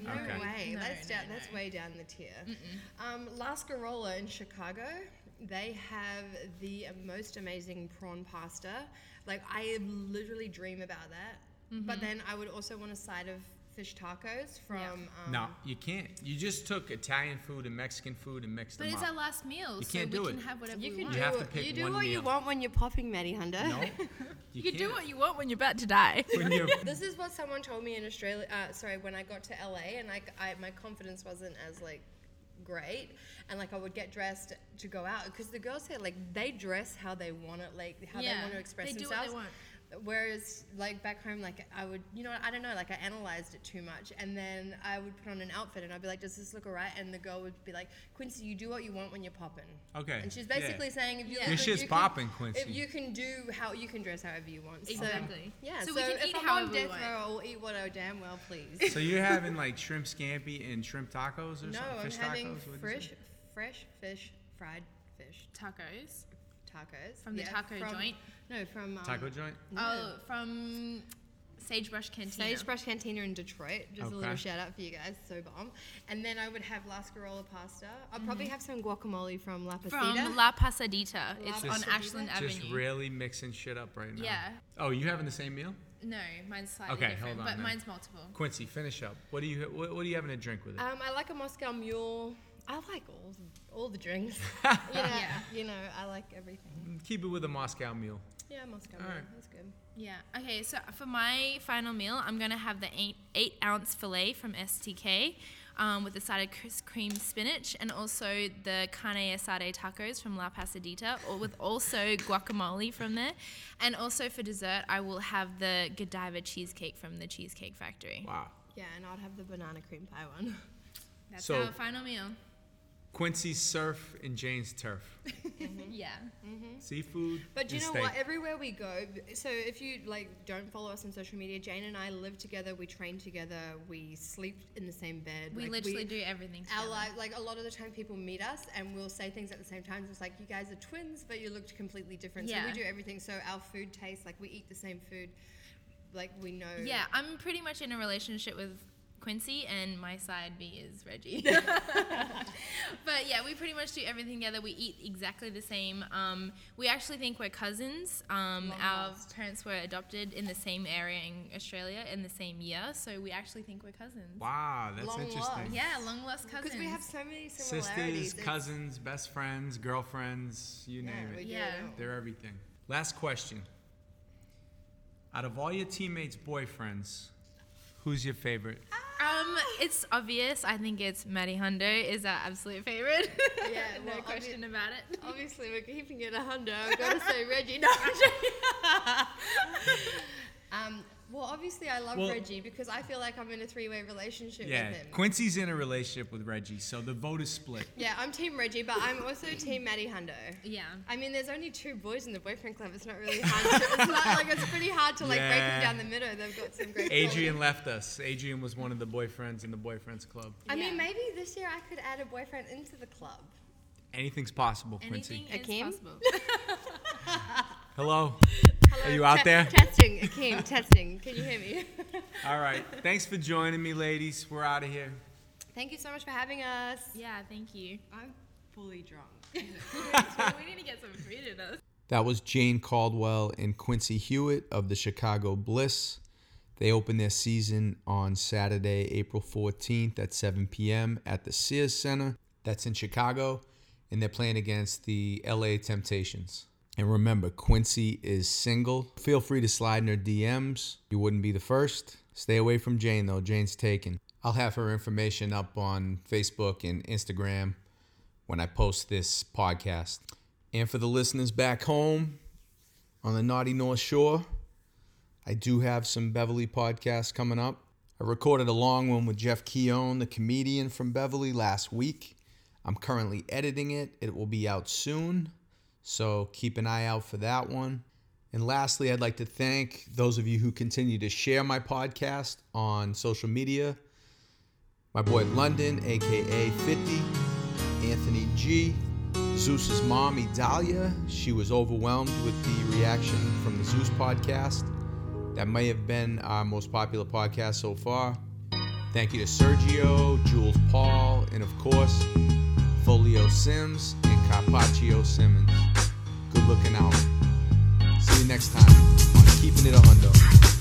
Speaker 3: no,
Speaker 1: Okay.
Speaker 3: way.
Speaker 2: No,
Speaker 3: that's
Speaker 2: no,
Speaker 3: down, that's way down the tier. Um, La Scarola in Chicago, they have the most amazing prawn pasta. Like I literally dream about that. But then I would also want a side of fish tacos from. Um,
Speaker 4: No.
Speaker 1: You can't. You just took Italian food and Mexican food and mixed
Speaker 2: But
Speaker 1: them
Speaker 2: it's
Speaker 1: up.
Speaker 2: our last meal, so
Speaker 1: can't
Speaker 2: we
Speaker 1: do
Speaker 2: can
Speaker 1: it.
Speaker 2: have whatever
Speaker 3: You
Speaker 2: we
Speaker 3: can
Speaker 2: want.
Speaker 3: do,
Speaker 1: have to
Speaker 3: what-
Speaker 1: pick
Speaker 3: you do
Speaker 1: one
Speaker 3: what you
Speaker 1: meal.
Speaker 3: want when you're popping, Maddie Hunter.
Speaker 1: no. You,
Speaker 2: You
Speaker 1: can't.
Speaker 2: do what you want when you're about to die.
Speaker 1: When you're
Speaker 3: This is what someone told me in Australia. Uh, sorry, when I got to LA and like I, my confidence wasn't as like great, and like I would get dressed to go out because the girls here like they dress how they want it, like how they
Speaker 2: Yeah,
Speaker 3: want to express
Speaker 2: they do what they
Speaker 3: themselves. Whereas like back home, like I would, you know, I don't know, like I analyzed it too much, and then I would put on an outfit and I'd be like, "Does this look alright?" And the girl would be like, "Quincy, you do what you want when you're popping."
Speaker 4: Okay,
Speaker 3: And she's
Speaker 4: yeah.
Speaker 3: basically saying, "If you
Speaker 2: Your
Speaker 3: look good,
Speaker 4: shit's
Speaker 3: you can-
Speaker 4: popping, Quincy.
Speaker 3: If you can do how you can dress however you want." So-
Speaker 2: Exactly.
Speaker 3: yeah,
Speaker 2: So
Speaker 3: so,
Speaker 2: we can
Speaker 3: if
Speaker 2: eat
Speaker 3: I'm
Speaker 2: however
Speaker 3: on
Speaker 2: we
Speaker 3: death
Speaker 2: want.
Speaker 3: row, I'll eat what I damn well please.
Speaker 4: So you're having like shrimp scampi and shrimp tacos or
Speaker 3: no,
Speaker 4: something?
Speaker 3: I'm
Speaker 4: Fish tacos?
Speaker 3: having
Speaker 4: What'd you say?
Speaker 3: fresh, fresh fish, fried fish
Speaker 2: Tacos.
Speaker 3: tacos
Speaker 2: From the taco joint?
Speaker 3: No, from um,
Speaker 4: taco joint.
Speaker 2: Oh, from Sagebrush Cantina.
Speaker 3: Sagebrush Cantina in Detroit. Just a
Speaker 4: Okay.
Speaker 3: little shout out for you guys, so bomb. And then I would have La Scarola pasta. I'll probably have some guacamole from La
Speaker 2: Mm-hmm. From
Speaker 3: Pasita.
Speaker 2: La Pasadita.
Speaker 3: La
Speaker 2: it's
Speaker 3: Just-
Speaker 2: on Ashland
Speaker 4: Just
Speaker 2: Avenue.
Speaker 4: really mixing shit up right now.
Speaker 2: yeah.
Speaker 4: Oh, you having the same meal?
Speaker 2: No, mine's slightly
Speaker 4: Okay,
Speaker 2: different,
Speaker 4: hold on
Speaker 2: but
Speaker 4: then.
Speaker 2: mine's multiple.
Speaker 4: Quincy, finish up. What are you what, what are you having to drink with it?
Speaker 3: um, I like a Moscow Mule. I like all the, all the drinks. you know,
Speaker 2: Yeah.
Speaker 3: you know, I like everything.
Speaker 4: Keep it with a Moscow mule.
Speaker 3: Yeah, Moscow
Speaker 4: All
Speaker 3: Mule.
Speaker 4: right.
Speaker 3: That's good.
Speaker 2: Yeah. Okay. So for my final meal, I'm gonna have the eight, eight ounce fillet from STK, um, with a side of cris- cream spinach, and also the carne asada tacos from La Pasadita, or with also guacamole from there, and also for dessert, I will have the Godiva cheesecake from the Cheesecake Factory.
Speaker 4: Wow.
Speaker 3: Yeah, and I'd have the banana cream pie one.
Speaker 2: That's
Speaker 4: So-
Speaker 2: our final meal.
Speaker 4: Quincy's surf and Jane's turf.
Speaker 2: Yeah.
Speaker 4: Seafood.
Speaker 3: But do you
Speaker 4: and
Speaker 3: know
Speaker 4: steak.
Speaker 3: what? Everywhere we go, so if you like don't follow us on social media, Jane and I live together, we train together, we sleep in the same bed.
Speaker 2: We
Speaker 3: like,
Speaker 2: literally do everything.
Speaker 3: Our
Speaker 2: together.
Speaker 3: life, like a lot of the time, people meet us and we'll say things at the same time. It's like you guys are twins, but you looked completely different. So
Speaker 2: Yeah.
Speaker 3: we do everything. So our food tastes like we eat the same food. Like we know.
Speaker 2: Yeah, I'm pretty much in a relationship with Quincy, and my side B is Reggie. but yeah, we pretty much do everything together. We eat exactly the same. Um, we actually think we're cousins. Um,
Speaker 3: Long
Speaker 2: our
Speaker 3: lost.
Speaker 2: parents were adopted in the same area in Australia in the same year, so we actually think we're cousins.
Speaker 4: Wow, that's
Speaker 3: Long
Speaker 4: interesting.
Speaker 3: lost.
Speaker 2: Yeah, long lost cousins.
Speaker 3: Because we have so many similarities.
Speaker 4: Sisters,
Speaker 3: It's-
Speaker 4: cousins, best friends, girlfriends, you
Speaker 3: Yeah,
Speaker 4: name
Speaker 3: we
Speaker 4: it.
Speaker 3: do
Speaker 2: Yeah.
Speaker 3: it all.
Speaker 4: They're everything. Last question. Out of all your teammates' boyfriends, who's your favorite?
Speaker 2: um, it's obvious. I think it's Maddie Hundo is our absolute favorite.
Speaker 3: Yeah,
Speaker 2: no
Speaker 3: well, obvi-
Speaker 2: question about it.
Speaker 3: Obviously, we're keeping it a hundred. I've got to say Reggie. No, I'm joking. um, well, obviously, I love
Speaker 4: Well-
Speaker 3: Reggie because I feel like I'm in a three-way relationship
Speaker 4: Yeah,
Speaker 3: with him.
Speaker 4: Quincy's in a relationship with Reggie, so the vote is split.
Speaker 3: yeah, I'm Team Reggie, but I'm also Team Maddie Hundo.
Speaker 2: Yeah.
Speaker 3: I mean, there's only two boys in the boyfriend club. It's not really hard. To, it's not like it's pretty hard to like break
Speaker 4: Yeah.
Speaker 3: them down the middle. They've got some great.
Speaker 4: Adrian left us. Adrian was one of the boyfriends in the boyfriends club.
Speaker 3: qualities. I mean,
Speaker 2: Yeah.
Speaker 3: maybe this year I could add a boyfriend into the club.
Speaker 4: Anything's possible,
Speaker 2: Anything
Speaker 4: Quincy.
Speaker 2: is
Speaker 3: Akeem?
Speaker 2: possible.
Speaker 4: Hello.
Speaker 3: Hello,
Speaker 4: Are you out
Speaker 3: te-
Speaker 4: there?
Speaker 3: Testing, Akeem, testing. Can you hear me?
Speaker 4: All right. Thanks for joining me, ladies. We're out of here.
Speaker 3: Thank you so much for having us.
Speaker 2: yeah, thank you.
Speaker 3: I'm fully drunk.
Speaker 2: we need to get some food in us.
Speaker 1: That was Jane Caldwell and Quincy Hewitt of the Chicago Bliss. They open their season on Saturday, April 14th at 7 p.m. at the Sears Center. That's in Chicago. And they're playing against the LA Temptations. And remember, Quincy is single. Feel free to slide in her DMs. You wouldn't be the first. Stay away from Jane, though. Jane's taken. I'll have her information up on Facebook and Instagram when I post this podcast. And for the listeners back home on the naughty North Shore, I do have some Beverly podcasts coming up. I recorded a long one with Jeff Keown, the comedian from Beverly, last week. I'm currently editing it. It will be out soon. So keep an eye out for that one. And lastly, I'd like to thank those of you who continue to share my podcast on social media. My boy London, aka 50, Anthony G, Zeus's mom, Idalia, she was overwhelmed with the reaction from the Zeus podcast. That may have been our most popular podcast so far. Thank you to Sergio, Jules Paul, and of course, Folio Sims and Carpaccio Simmons. Good looking out. See you next time on Keeping It a Hundo.